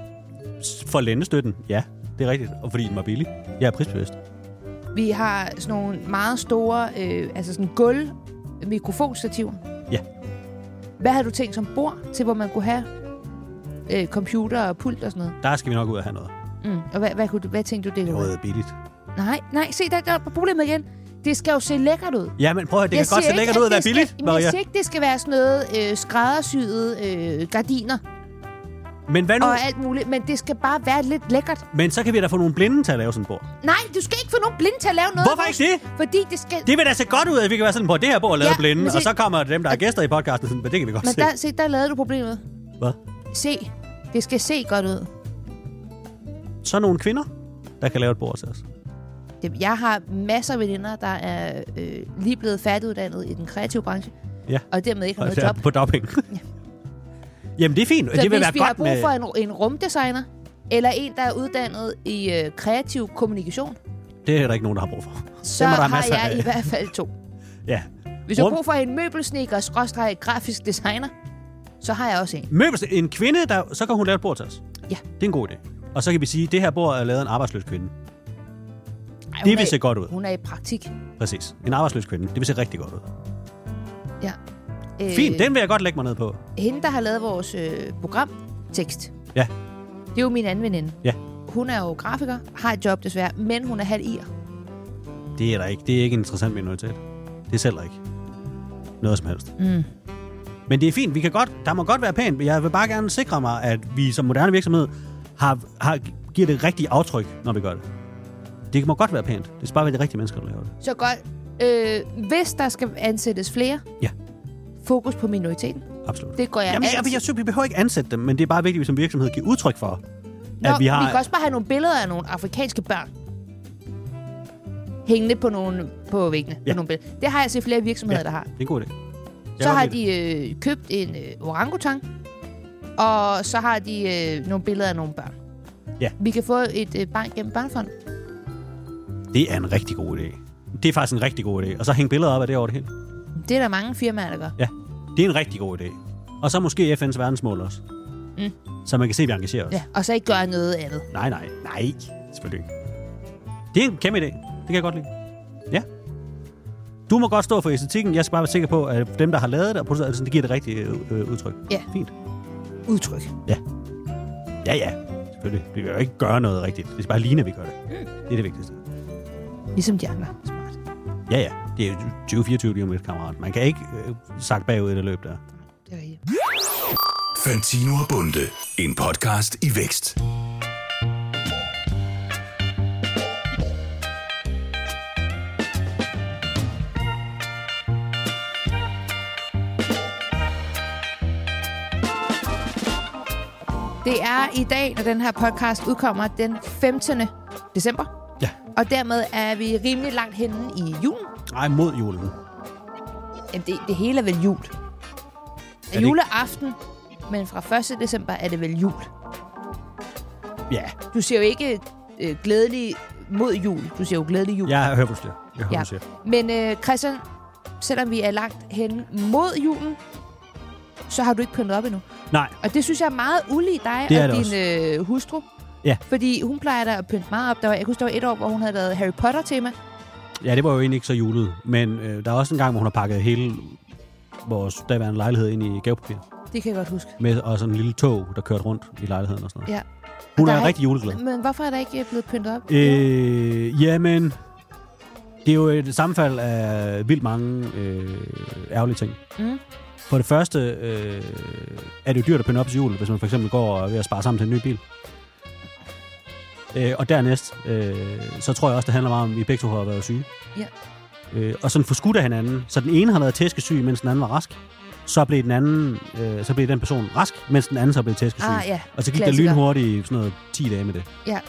S2: S- for lændestøtten. Ja, det er rigtigt. Og fordi den var billig. Jeg er prisbevidst.
S3: Vi har sådan nogle meget store, øh, altså sådan gulv øh, mikrofonstativer.
S2: Ja.
S3: Hvad havde du tænkt som bord til, hvor man kunne have øh, computer og pult og sådan noget?
S2: Der skal vi nok ud og have noget.
S3: Mm. Og hvad, hvad, kunne du, hvad tænkte du, det
S2: Det
S3: kunne være?
S2: er billigt.
S3: Nej, nej, se, der, der er problemet igen. Det skal jo se lækkert ud.
S2: Ja, men prøv at høre, det
S3: Jeg
S2: kan godt se
S3: siger ikke,
S2: lækkert ud at
S3: det
S2: være billigt,
S3: Skal, men jeg
S2: Maria.
S3: siger ikke, det skal være sådan noget øh, skræddersyede øh, gardiner
S2: Men hvad nu?
S3: og alt muligt, men det skal bare være lidt lækkert.
S2: Men så kan vi da få nogle blinde til at lave sådan et bord.
S3: Nej, du skal ikke få nogen blinde til at lave noget.
S2: Hvorfor ikke det?
S3: Fordi det skal...
S2: Det vil da se godt ud, at vi kan være sådan på det her bord og lave
S3: Ja,
S2: blinde,
S3: men
S2: og
S3: se-
S2: så kommer dem, der er gæster i podcasten, og sådan, men det kan vi godt
S3: Men
S2: se.
S3: der, se, der lavede du problemet.
S2: Hvad?
S3: Se. Det skal se godt ud.
S2: Så nogle kvinder, der kan lave et bord til os.
S3: Det- Jeg har masser af veninder, der er øh, lige blevet færdiguddannet i den kreative branche.
S2: Ja.
S3: Og dermed ikke har noget
S2: Ja,
S3: job.
S2: På doping. Jamen, det er fint.
S3: Så
S2: det vil
S3: hvis
S2: være
S3: vi har
S2: godt
S3: brug
S2: med...
S3: for en, en rumdesigner, eller en, der er uddannet i øh, kreativ kommunikation,
S2: Det er der ikke nogen, der har brug for.
S3: så
S2: Dem er der
S3: har
S2: masser
S3: jeg
S2: af.
S3: i hvert fald to.
S2: Ja.
S3: Hvis du har
S2: Rum-
S3: brug for en møbelsnikker, skråstreg grafisk designer, så har jeg også en.
S2: Møbels, en kvinde, der, så kan hun lave et bord til os.
S3: Ja.
S2: Det er en god idé. Og så kan vi sige, at det her bord er lavet af en arbejdsløs kvinde.
S3: Ej,
S2: Det
S3: hun
S2: vil
S3: er-
S2: se godt ud.
S3: Hun er i praktik.
S2: Præcis. En arbejdsløs kvinde. Det vil se rigtig godt ud. Øh.
S3: Ja. Øh,
S2: Fint, den vil jeg godt lægge mig ned på.
S3: Hende, der har lavet vores øh, programtekst,
S2: Ja.
S3: det er jo min anden veninde.
S2: Ja.
S3: Hun er jo grafiker, har et job desværre, men hun er halv ir.
S2: Det er der ikke. Det er ikke en interessant minoritet. Det sælger ikke. Noget som helst.
S3: Mm.
S2: Men det er fint. Vi kan godt, der må godt være pænt. men Jeg vil bare gerne sikre mig, at vi som moderne virksomhed har, har, giver det rigtige aftryk, når vi gør det. Det må godt være pænt. Det skal bare være de rigtige mennesker, der laver det.
S3: Så godt. Øh, hvis der skal ansættes flere,
S2: Ja.
S3: fokus på minoriteten.
S2: Absolut.
S3: Det går jeg
S2: Jamen, jeg, jeg,
S3: altid-
S2: jeg synes, vi behøver ikke ansætte dem, men det er bare vigtigt, at vi som virksomhed giver udtryk for,
S3: Nå,
S2: at vi har...
S3: vi kan også bare have nogle billeder af nogle afrikanske børn. Hængende på nogle på væggene. Ja.
S2: Ja.
S3: På nogle billeder. Det har jeg set flere virksomheder, ja. der har.
S2: Det er en god idé. Jeg
S3: Så
S2: var
S3: har
S2: det.
S3: de øh, købt en øh, orangutang, og så har de øh, nogle billeder af nogle børn.
S2: Ja.
S3: Vi kan få et øh, barn gennem børnefonden.
S2: Det er en rigtig god idé. Det er faktisk en rigtig god idé. Og så hænge billeder op af det over det hele.
S3: Det er der mange firmaer, der gør.
S2: Ja, det er en rigtig god idé. Og så måske FN's verdensmål også. Mm. Så man kan se, at vi engagerer os.
S3: Ja, og så ikke gøre noget andet.
S2: Nej, nej, nej. Selvfølgelig ikke. Det er en kæmpe idé. Det kan jeg godt lide. Ja. Du må godt stå for æstetikken. Jeg skal bare være sikker på, at dem, der har lavet det og produceret det, sådan, det giver det rigtige øh, udtryk.
S3: Ja.
S2: Fint.
S3: Udtryk.
S2: Ja, ja. Selvfølgelig. Vi vil jo ikke gøre noget rigtigt. Det skal bare ligne, at vi gør
S3: Mm.
S2: det. Det er det vigtigste.
S3: Ligesom de andre. Smart.
S2: Ja, ja. Det er jo 2024 lige om lidt, kammerat. Man kan ikke øh, sagt bagud i det løb der.
S3: Det er rigtigt.
S1: Fantino og Bunde. En podcast i vækst.
S3: Det er i dag, når den her podcast udkommer, den 15. december.
S2: Ja.
S3: Og dermed er vi rimelig langt henne i julen.
S2: Nej, mod julen.
S3: Jamen, det, det hele er vel jul. Er
S2: ikke-
S3: juleaften, men fra 1. december er det vel jul.
S2: Ja,
S3: Du siger jo ikke øh, glædelig mod jul. Du siger jo glædelig jul.
S2: jeg hører, hvad du siger. Jeg hører, ja. du siger.
S3: Men øh, Christian, selvom vi er langt hen mod julen, så har du ikke pyntet op endnu.
S2: Nej,
S3: Og det synes jeg er meget ulig dig
S2: Det er
S3: og
S2: det
S3: din øh, hustru.
S2: Ja.
S3: Fordi hun plejer da at pynte meget op. Der var, jeg husker, der var et år, hvor hun havde lavet Harry Potter-tema.
S2: ja, det var jo egentlig ikke så julet. Men øh, der er også en gang, hvor hun har pakket hele vores daværende lejlighed ind i gavepapir.
S3: Det kan jeg godt huske.
S2: Med og sådan en lille tog, der kørte rundt i lejligheden og sådan noget.
S3: Ja.
S2: Hun
S3: Der
S2: er
S3: er
S2: rigtig juleglad.
S3: Men hvorfor er der ikke øh, blevet pyntet op?
S2: Øh, jamen, det er jo et sammenfald af vildt mange øh, ærgerlige ting.
S3: Mm.
S2: For det første øh, er det jo dyrt at pynte op til jul, hvis man for eksempel går og er ved at spare sammen til en ny bil. Øh, og dernæst, øh, så tror jeg også, det handler meget om, at vi begge to har været syge.
S3: Ja.
S2: Øh, og sådan forskudt af hinanden. Så den ene har været tæskesyg, mens den anden var rask. Så blev den anden, øh, så blev den person rask, mens den anden så blev tæskesyg.
S3: Ah, ja.
S2: Og så gik
S3: Klassiker.
S2: der lynhurtigt sådan noget 10 dage med det.
S3: Ja.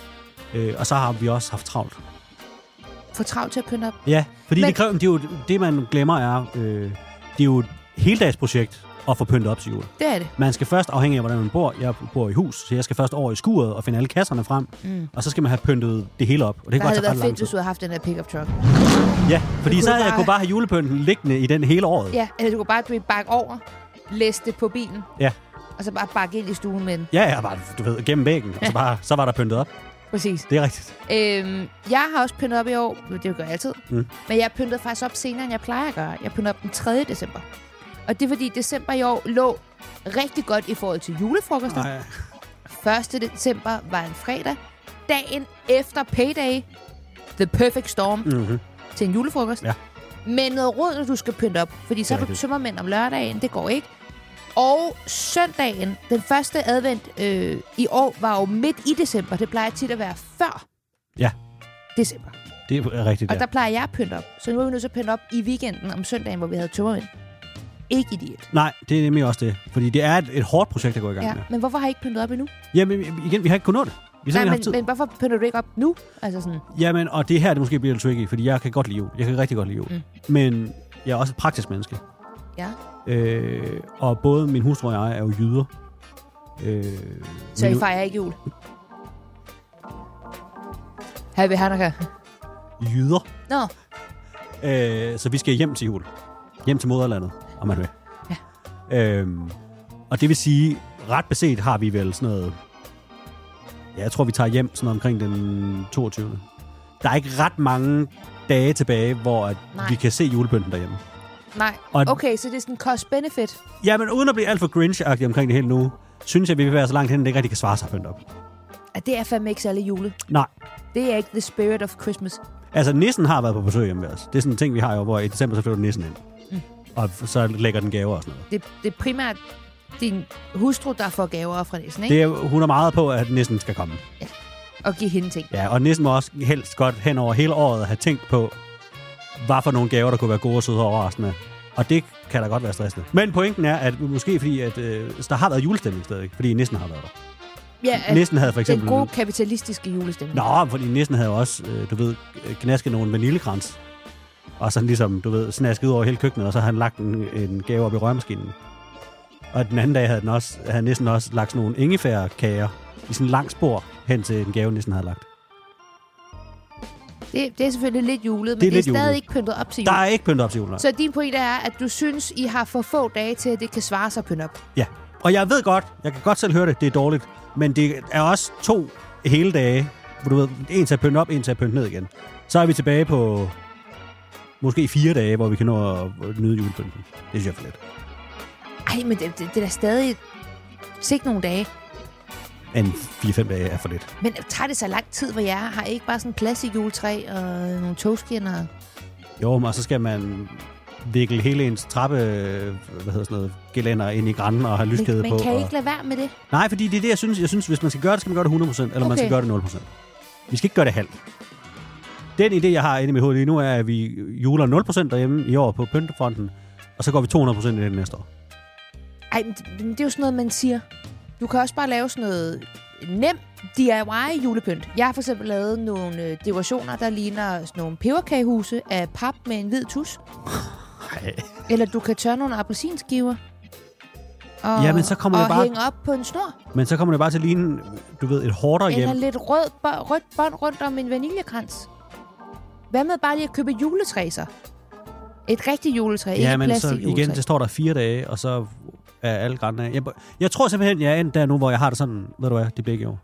S2: Øh, og så har vi også haft travlt.
S3: For travlt til at pynte op.
S2: Ja, fordi
S3: Men-
S2: Men... det, kræver, det, er jo, det, man glemmer, er, øh, det er jo et heldagsprojekt at få pyntet op til jul.
S3: Det er det.
S2: Man skal først, afhængig af hvordan man bor, jeg bor i hus, så jeg skal først over i skuret og finde alle kasserne frem, mm. og så skal man have pyntet det hele op. Og det
S3: Der
S2: kan godt
S3: havde det
S2: tage ret
S3: været
S2: lang
S3: fedt,
S2: tid.
S3: hvis du havde haft den der pickup truck.
S2: Ja, fordi
S3: kunne
S2: så
S3: du
S2: havde jeg
S3: bare-
S2: kunne bare have julepynten liggende i den hele året.
S3: Ja, eller du kunne bare du ved, bakke over, læste det på bilen,
S2: Ja,
S3: og så bare bakke ind i stuen med den.
S2: ja, ja bare, du ved, gennem væggen, og så, bare, så var der pyntet op.
S3: Præcis.
S2: Det er rigtigt.
S3: Øhm, jeg har også pyntet op i år. Det gør jeg altid. Mm.
S2: Mm.
S3: Men jeg pyntede faktisk op senere, end jeg plejer at gøre. Jeg pyntede op den 3. december. Og det er fordi, december i år lå rigtig godt i forhold til julefrokosten.
S2: Nej,
S3: 1. december var en fredag. Dagen efter payday. The perfect storm
S2: Mhm.
S3: til en julefrokost.
S2: Ja.
S3: Men noget råd, når du skal pynte op. Fordi så
S2: Det er
S3: er du
S2: rigtigt.
S3: tømmermænd om lørdagen. Det går ikke. Og søndagen, den første advent øh, i år, var jo midt i december. Det plejer tit at være før
S2: Ja.
S3: december.
S2: det er rigtigt,
S3: Og
S2: ja.
S3: der plejer jeg at pynte op. Så nu er vi nødt til at pynte op i weekenden om søndagen, hvor vi havde tømmermænd. Ikke ideelt.
S2: Nej, det er nemlig også det. Fordi det er et, et hårdt projekt at gå i gang
S3: Ja.
S2: med.
S3: Men hvorfor har I ikke pyntet op endnu?
S2: Jamen igen, vi har ikke kunnet nå det. Vi har
S3: Nej,
S2: simpelthen haft
S3: men,
S2: tid.
S3: men hvorfor pynter du ikke op nu? Altså sådan,
S2: Jamen, og det er her, det måske bliver lidt tricky, fordi jeg kan godt lide jul. Jeg kan rigtig godt lide jul. Mm. Men jeg er også et praktisk menneske.
S3: ja.
S2: Øh, og både min hustru og jeg er jo jyder. Øh,
S3: Så
S2: min-
S3: I fejrer ikke jul? Happy Hanukkah.
S2: Jyder.
S3: Nå,
S2: Øh, så vi skal hjem til jul. Hjem til moderlandet, om man vil. Ja. Øhm, og det vil sige, ret beset har vi vel sådan noget... Ja, jeg tror, vi tager hjem sådan noget omkring den 22. Der er ikke ret mange dage tilbage, hvor at
S3: Nej.
S2: vi kan se julepynten derhjemme.
S3: nej.
S2: Og-
S3: Okay, så det er sådan cost-benefit.
S2: Ja, men uden at blive alt for grinch-agtig omkring det hele nu, synes jeg, vi vil være så langt hen, at det ikke rigtig kan svare sig at pynte op.
S3: At det er fandme ikke særlig jule.
S2: Nej.
S3: Det er ikke the spirit of Christmas.
S2: Altså, nissen har været på besøg hjemme ved os. Det er sådan en ting, vi har jo, hvor i december så flytter nissen ind. Mm. Og f- så lægger den gaver og sådan noget.
S3: Det, det er primært din hustru, der får gaver fra næsen, ikke?
S2: Det er, jo- hun er meget på, at nissen skal komme.
S3: Og give hende ting.
S2: Ja, og nissen må også helst godt hen over hele året have tænkt på, hvad for nogle gaver, der kunne være gode, søde og overraskende. Og det kan da godt være stressende. Men pointen er, at måske fordi, at øh, så der har været julestemning stadig, fordi nissen har været der.
S3: Ja, at
S2: Nissen havde for
S3: den
S2: eksempel...
S3: gode kapitalistiske julestemning.
S2: Nå, fordi nissen havde også, øh, du ved, øh, knasket nogle vaniljekrans. Og sådan ligesom, du ved, snasket ud over hele køkkenet, og så har han lagt en, en gave op i rørmaskinen. Og den anden dag havde han, også, havde han næsten også lagt sådan nogle ingefærkager i sådan en lang spor hen til en gave, næsten havde lagt.
S3: Det, det er selvfølgelig lidt julet,
S2: Det
S3: men det
S2: er
S3: er,
S2: lidt
S3: stadig
S2: julet.
S3: ikke pyntet op til
S2: Der
S3: jul.
S2: er ikke pyntet op til julen. nej.
S3: Så din pointe er, at du synes, I har for få dage til, at det kan svare sig at pynte op.
S2: Ja, og jeg ved godt, jeg kan godt selv høre det, det er dårligt, men det er også to hele dage, hvor du ved, en til at pynte op, en til at pynte ned igen. Så er vi tilbage på måske fire dage, hvor vi kan nå at nyde julepynten. Det synes jeg er for lidt.
S3: Ej, men det, det, det er da stadig... Sikke nogle dage.
S2: Men 4-5 dage er for lidt.
S3: Men tager det så lang tid, hvor jeg har I ikke bare sådan en klassisk juletræ og nogle togskinner?
S2: Jo, men så skal man vikle hele ens trappe, øh, hvad hedder sådan noget, gelænder ind i granden og have lyskæde
S3: Men,
S2: på.
S3: men kan I
S2: og...
S3: ikke lade være med det?
S2: Nej, fordi det er det, jeg synes. Jeg synes, hvis man skal gøre det, skal man gøre det 100%, eller okay. man
S3: Okay.
S2: skal gøre det 0%. Vi skal ikke gøre det halvt. Den idé, jeg har inde i mit hoved lige nu, er, at vi juler 0% derhjemme i år på pyntefronten, og så går vi 200% i det næste år.
S3: Ej, men det, men det er jo sådan noget, man siger. Du kan også bare lave sådan noget nem DIY julepynt. Jeg har for eksempel lavet nogle øh, dekorationer, der ligner sådan nogle peberkagehuse af pap med en hvid tus.
S2: Ej.
S3: Eller du kan tørre nogle appelsinskiver. Og,
S2: Jamen, så kommer
S3: og
S2: det bare-
S3: hænge op på en snor.
S2: Men så kommer det bare til at ligne, du ved, et hårdere hjem.
S3: Eller lidt rød, bo- rødt bånd rundt om en vaniljekrans. Hvad med bare lige at købe et juletræ, så? Et rigtigt juletræ, ja, ikke
S2: Ja,
S3: et
S2: men så
S3: plastikjuletræ.
S2: igen, det står der fire dage, og så er alle grænne af. Jeg, jeg tror simpelthen, jeg er endt der nu, hvor jeg har det sådan, ved du hvad, det bliver ikke i år.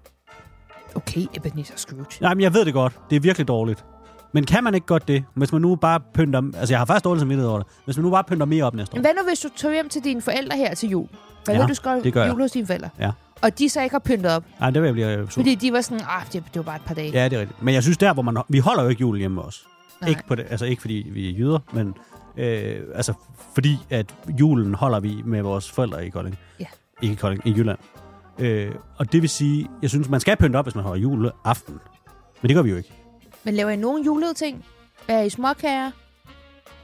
S3: Okay, Ebenezer Scrooge.
S2: Nej, men jeg ved det godt. Det er virkelig dårligt. Men kan man ikke godt det, hvis man nu bare pynter... Altså, jeg har faktisk dårlig samvittighed over det. Hvis man nu bare pynter mere op næste år.
S3: Men hvad nu, hvis du tog hjem til dine forældre her til jul? For
S2: Ja,
S3: ja, ved, du skal
S2: det gør jeg.
S3: jul hos dine forældre.
S2: Ja.
S3: Og de så ikke har pyntet op,
S2: Nej, det vil jeg blive øh, sur.
S3: fordi de var sådan, ah, det, det var bare et par dage.
S2: Ja, det er rigtigt. Men jeg synes der, hvor man... Vi holder jo ikke jul hjemme også.
S3: Nej.
S2: Ikke, på det, altså, ikke fordi vi er jyder, men... Øh, altså, fordi at julen holder vi med vores forældre i Kolding.
S3: Ja.
S2: Ikke i Kolding, i Jylland. Øh, og det vil sige, jeg synes, man skal pynte op, hvis man holder juleaften. Men det gør vi jo ikke.
S3: Men laver I nogen julede ting? Bærer I småkager?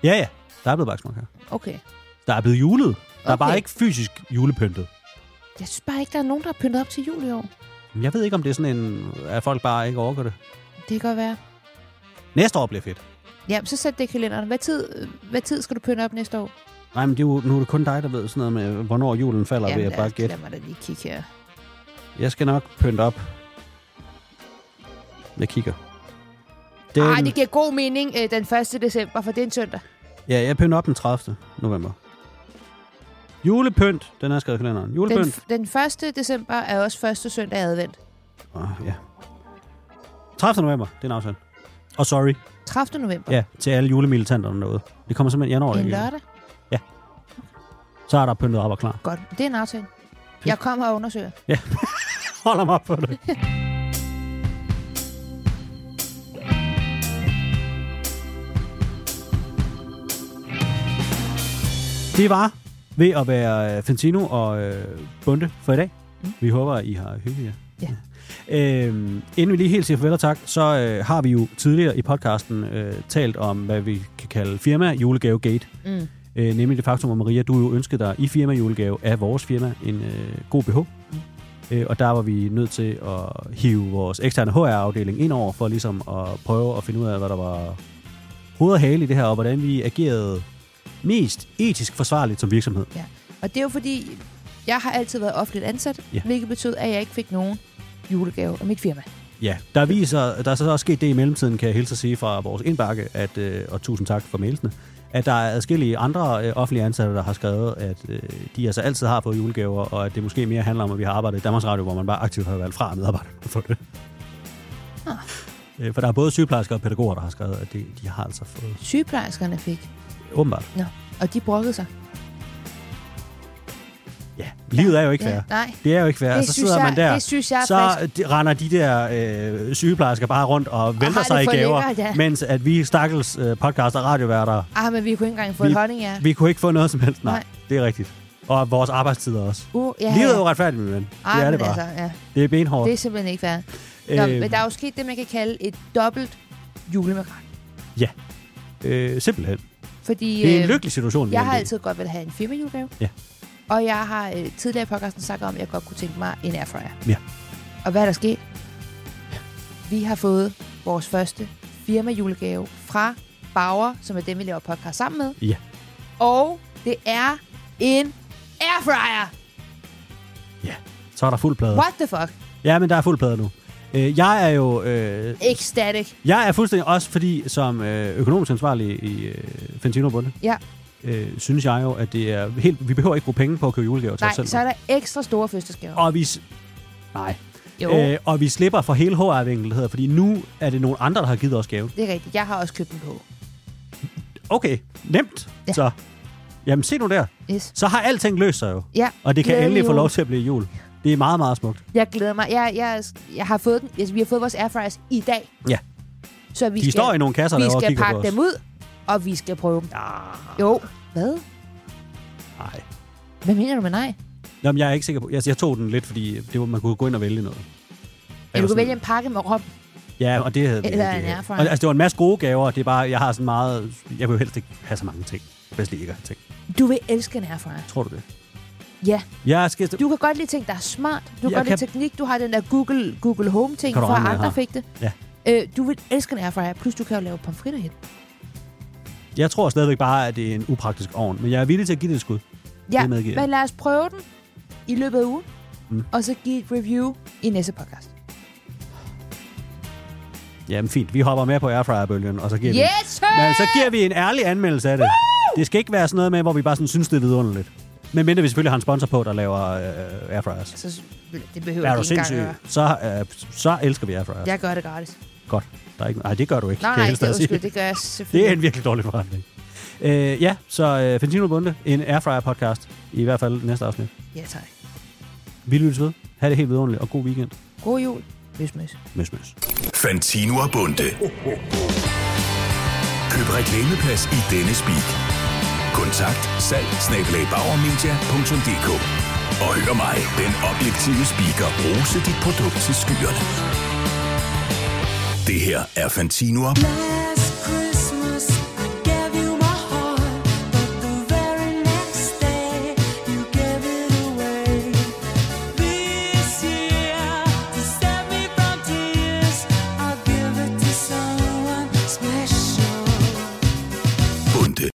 S2: Ja, ja. Der er blevet baksmok her.
S3: Okay.
S2: Der er blevet julet. Der er
S3: Okay.
S2: bare ikke fysisk julepyntet.
S3: Jeg synes bare ikke, der er nogen, der har pyntet op til jul i år.
S2: Men Jeg ved ikke, om det er sådan en, at folk bare ikke overgår det.
S3: Det kan godt være.
S2: Næste år bliver fedt.
S3: Ja, så sæt det i kalenderen. Hvad tid, hvad tid skal du pynte op næste år?
S2: Nej, men det er jo, nu er det kun dig, der ved sådan noget med, hvornår julen falder, Jamen, vil jeg
S3: lad,
S2: bare gætte.
S3: lad mig da lige kigge her.
S2: Jeg skal nok pynte op. Jeg kigger. Den,
S3: Den... Ej, det giver god mening øh, den 1. december, for det er en søndag.
S2: Ja, jeg pynter op den 30. november. Julepynt, den er skrevet i kalenderen.
S3: Den,
S2: Julepynt.
S3: f- den 1. december er også første søndag i advent.
S2: Åh, ja. 30. november, det er en aftale. Og sorry,
S3: 30. november.
S2: ja, til alle julemilitanterne derude. Det kommer simpelthen i januar.
S3: en
S2: ikke?
S3: lørdag.
S2: Så er der pyntet op og klar.
S3: Godt, det er en aftale. Jeg kommer og undersøger.
S2: Holder mig op på det. Det var ved at være øh, Fantino og øh, Bunde for i dag. Mm. Vi håber, I har hygget jer.
S3: Ja.
S2: Øhm, inden vi lige helt siger farvel og tak, så øh, har vi jo tidligere i podcasten øh, talt om, hvad vi kan kalde firma julegave gate.
S3: Mm.
S2: Øh, nemlig det faktum, at Maria, du jo ønskede dig i firma julegave af vores firma en øh, god BH. Øh, og der var vi nødt til at hive vores eksterne HR-afdeling ind over, for ligesom at prøve at finde ud af, hvad der var hoved og hale i det her, og hvordan vi agerede mest etisk forsvarligt som virksomhed.
S3: Ja. Og det er jo fordi, jeg har altid været offentligt ansat,
S2: Ja.
S3: ja. hvilket betød, at jeg ikke fik nogen julegave af mit firma.
S2: Ja, der, viser, der er så også sket det i mellemtiden, kan jeg hilse at sige fra vores indbakke, at, øh, og tusind tak for mailsene, at der er adskillige andre øh, offentlige ansatte, der har skrevet, at øh, de altså altid har fået julegaver, og at det måske mere handler om, at vi har arbejdet i Danmarks Radio, hvor man bare aktivt har valgt fra at medarbejderne for det. Ah. For der er både sygeplejersker og pædagoger, der har skrevet, at de, de har altså fået...
S3: Sygeplejerskerne fik.
S2: Åbenbart.
S3: Nå. Og de brokkede sig.
S2: Ja, livet er jo ikke
S3: Ja,
S2: fair.
S3: nej.
S2: Det er jo ikke fair.
S3: Det
S2: så
S3: synes
S2: sidder
S3: jeg-
S2: man der,
S3: det synes jeg er
S2: så de- render de der øh, sygeplejersker bare rundt og vælter
S3: har
S2: sig
S3: det
S2: i
S3: for
S2: gaver,
S3: lækkert, ja.
S2: mens at vi stakkels øh, podcast og radioværter,
S3: Ah, men vi kunne ikke engang få
S2: Vi-
S3: et honning af.
S2: vi kunne ikke få noget som helst. Nej, Nej.
S3: Nej.
S2: det er rigtigt. Og vores arbejdstider også.
S3: Uh, ja,
S2: Livet er
S3: ja.
S2: jo retfærdigt, min ven.
S3: Ej,
S2: det er det
S3: men
S2: bare. Øhm.
S3: Altså, ja.
S2: Det er benhårdt.
S3: Det er simpelthen ikke fair. Nå, men der er jo sket det, man kan kalde et dobbelt julemirakel.
S2: øh, simpelthen.
S3: Fordi
S2: Det er en
S3: øh,
S2: lykkelig situation. vi er
S3: jeg
S2: i.
S3: har altid godt vil have en firmajulegave.
S2: Ja.
S3: Og jeg har øh, tidligere i podcasten sagt om, at jeg godt kunne tænke mig en airfryer.
S2: Ja.
S3: Og hvad er der sket? Vi har fået vores første firmajulegave fra Bauer, som er dem, vi laver podcast sammen med.
S2: Ja.
S3: Og det er en airfryer.
S2: Så er der fuld plade.
S3: What the fuck?
S2: Ja, men der er fuld plade nu. Øh, jeg er jo... Øh,
S3: Ecstatic.
S2: jeg er fuldstændig også fordi, som øh, økonomisk ansvarlig i øh, Fentino Bunde,
S3: Ja.
S2: øh, synes jeg jo, at det er helt... Vi behøver ikke bruge penge på at købe julegaver til
S3: Nej,
S2: os selv.
S3: så er der ekstra store fødselsgaver.
S2: Og vi... s- Nej.
S3: Jo,
S2: Øh, og vi slipper for hele HR-vinkeligheder, fordi nu er det nogle andre, der har givet os gaven.
S3: det er rigtigt. Jeg har også købt den på.
S2: Okay, nemt.
S3: Ja.
S2: Ja. Så, jamen se nu der.
S3: Yes.
S2: Så har alting løst sig jo.
S3: Ja,
S2: Og det kan
S3: glædelig
S2: endelig få
S3: jul.
S2: lov til at blive jul. Det er meget, meget smukt.
S3: Jeg glæder mig. Jeg, jeg, jeg har fået den. Altså, vi har fået vores airfryers i dag.
S2: Ja.
S3: Så vi
S2: De
S3: skal,
S2: står i nogle kasser
S3: vi
S2: derovre og
S3: skal
S2: kigger
S3: pakke
S2: på os.
S3: dem ud, og vi skal prøve dem.
S2: Ah,
S3: Jo. Hvad?
S2: nej.
S3: Hvad mener du med nej?
S2: Jamen, jeg er ikke sikker på. Jeg, jeg tog den lidt, fordi det var, man kunne gå ind og vælge noget.
S3: Eller du
S2: sådan-
S3: kan vælge en pakke med rom.
S2: Ja, og det havde vi
S3: Eller
S2: ikke.
S3: en airfryer.
S2: Og, altså, det var en masse gode gaver. Det er bare, jeg har sådan meget... Jeg vil jo helst ikke have så mange ting. Hvis det ikke er ting.
S3: Du vil elske en airfryer.
S2: Tror du det?
S3: Ja.
S2: Jeg skal...
S3: Du kan godt lide ting, der er smart. Du kan
S2: Jeg
S3: godt lide
S2: kan-
S3: teknik. Du har den der Google, Google Home-ting,
S2: Kan du
S3: fra
S2: regne med, jeg
S3: andre
S2: har?
S3: fik det.
S2: Ja.
S3: Øh, du vil elske en airfryer. Plus, du kan jo lave pomfritter i den.
S2: Jeg tror stadigvæk bare, at det er en upraktisk ovn. Men jeg er villig til at give det et skud.
S3: Ja,
S2: Det medgiver jeg.
S3: men lad os prøve den i løbet af ugen. Mm.
S2: Mm.
S3: Og så give et review i næste podcast.
S2: Jamen fint, vi hopper med på airfryer-bølgen, og så giver vi...
S3: Yes, sir!
S2: Men altså, så giver vi en ærlig anmeldelse af det. Det skal ikke være sådan noget med, hvor vi bare sådan synes, det er vidunderligt. Men mindre vi selvfølgelig har en sponsor på, der laver øh, airfryers.
S3: Så det behøver
S2: Er
S3: jeg
S2: du
S3: ikke engang
S2: sindssyg,
S3: at gøre.
S2: så, øh, så elsker vi airfryers.
S3: Jeg gør det gratis.
S2: Godt. Der er ikke... Nej, det gør du ikke.
S3: Nej,
S2: kan jeg
S3: nej,
S2: helst
S3: det,
S2: at sige.
S3: undskyld, det gør jeg
S2: Det er
S3: selvfølgelig.
S2: en virkelig dårlig forretning. Øh, ja, så øh, Fentino Bunde, en Airfryer-podcast. I hvert fald næste afsnit.
S3: Ja, tak.
S2: Vi lyttes ved. Ha' det helt vidunderligt, og god weekend.
S3: God jul. Møs, møs.
S2: Møs, møs.
S1: Fantino og Bunde. Køb reklameplads i denne speak. Kontakt salg snabelagbauermedia.dk Og hør mig, den objektive speaker, rose dit produkt til skyerne. Det her er Fantino og
S5: Last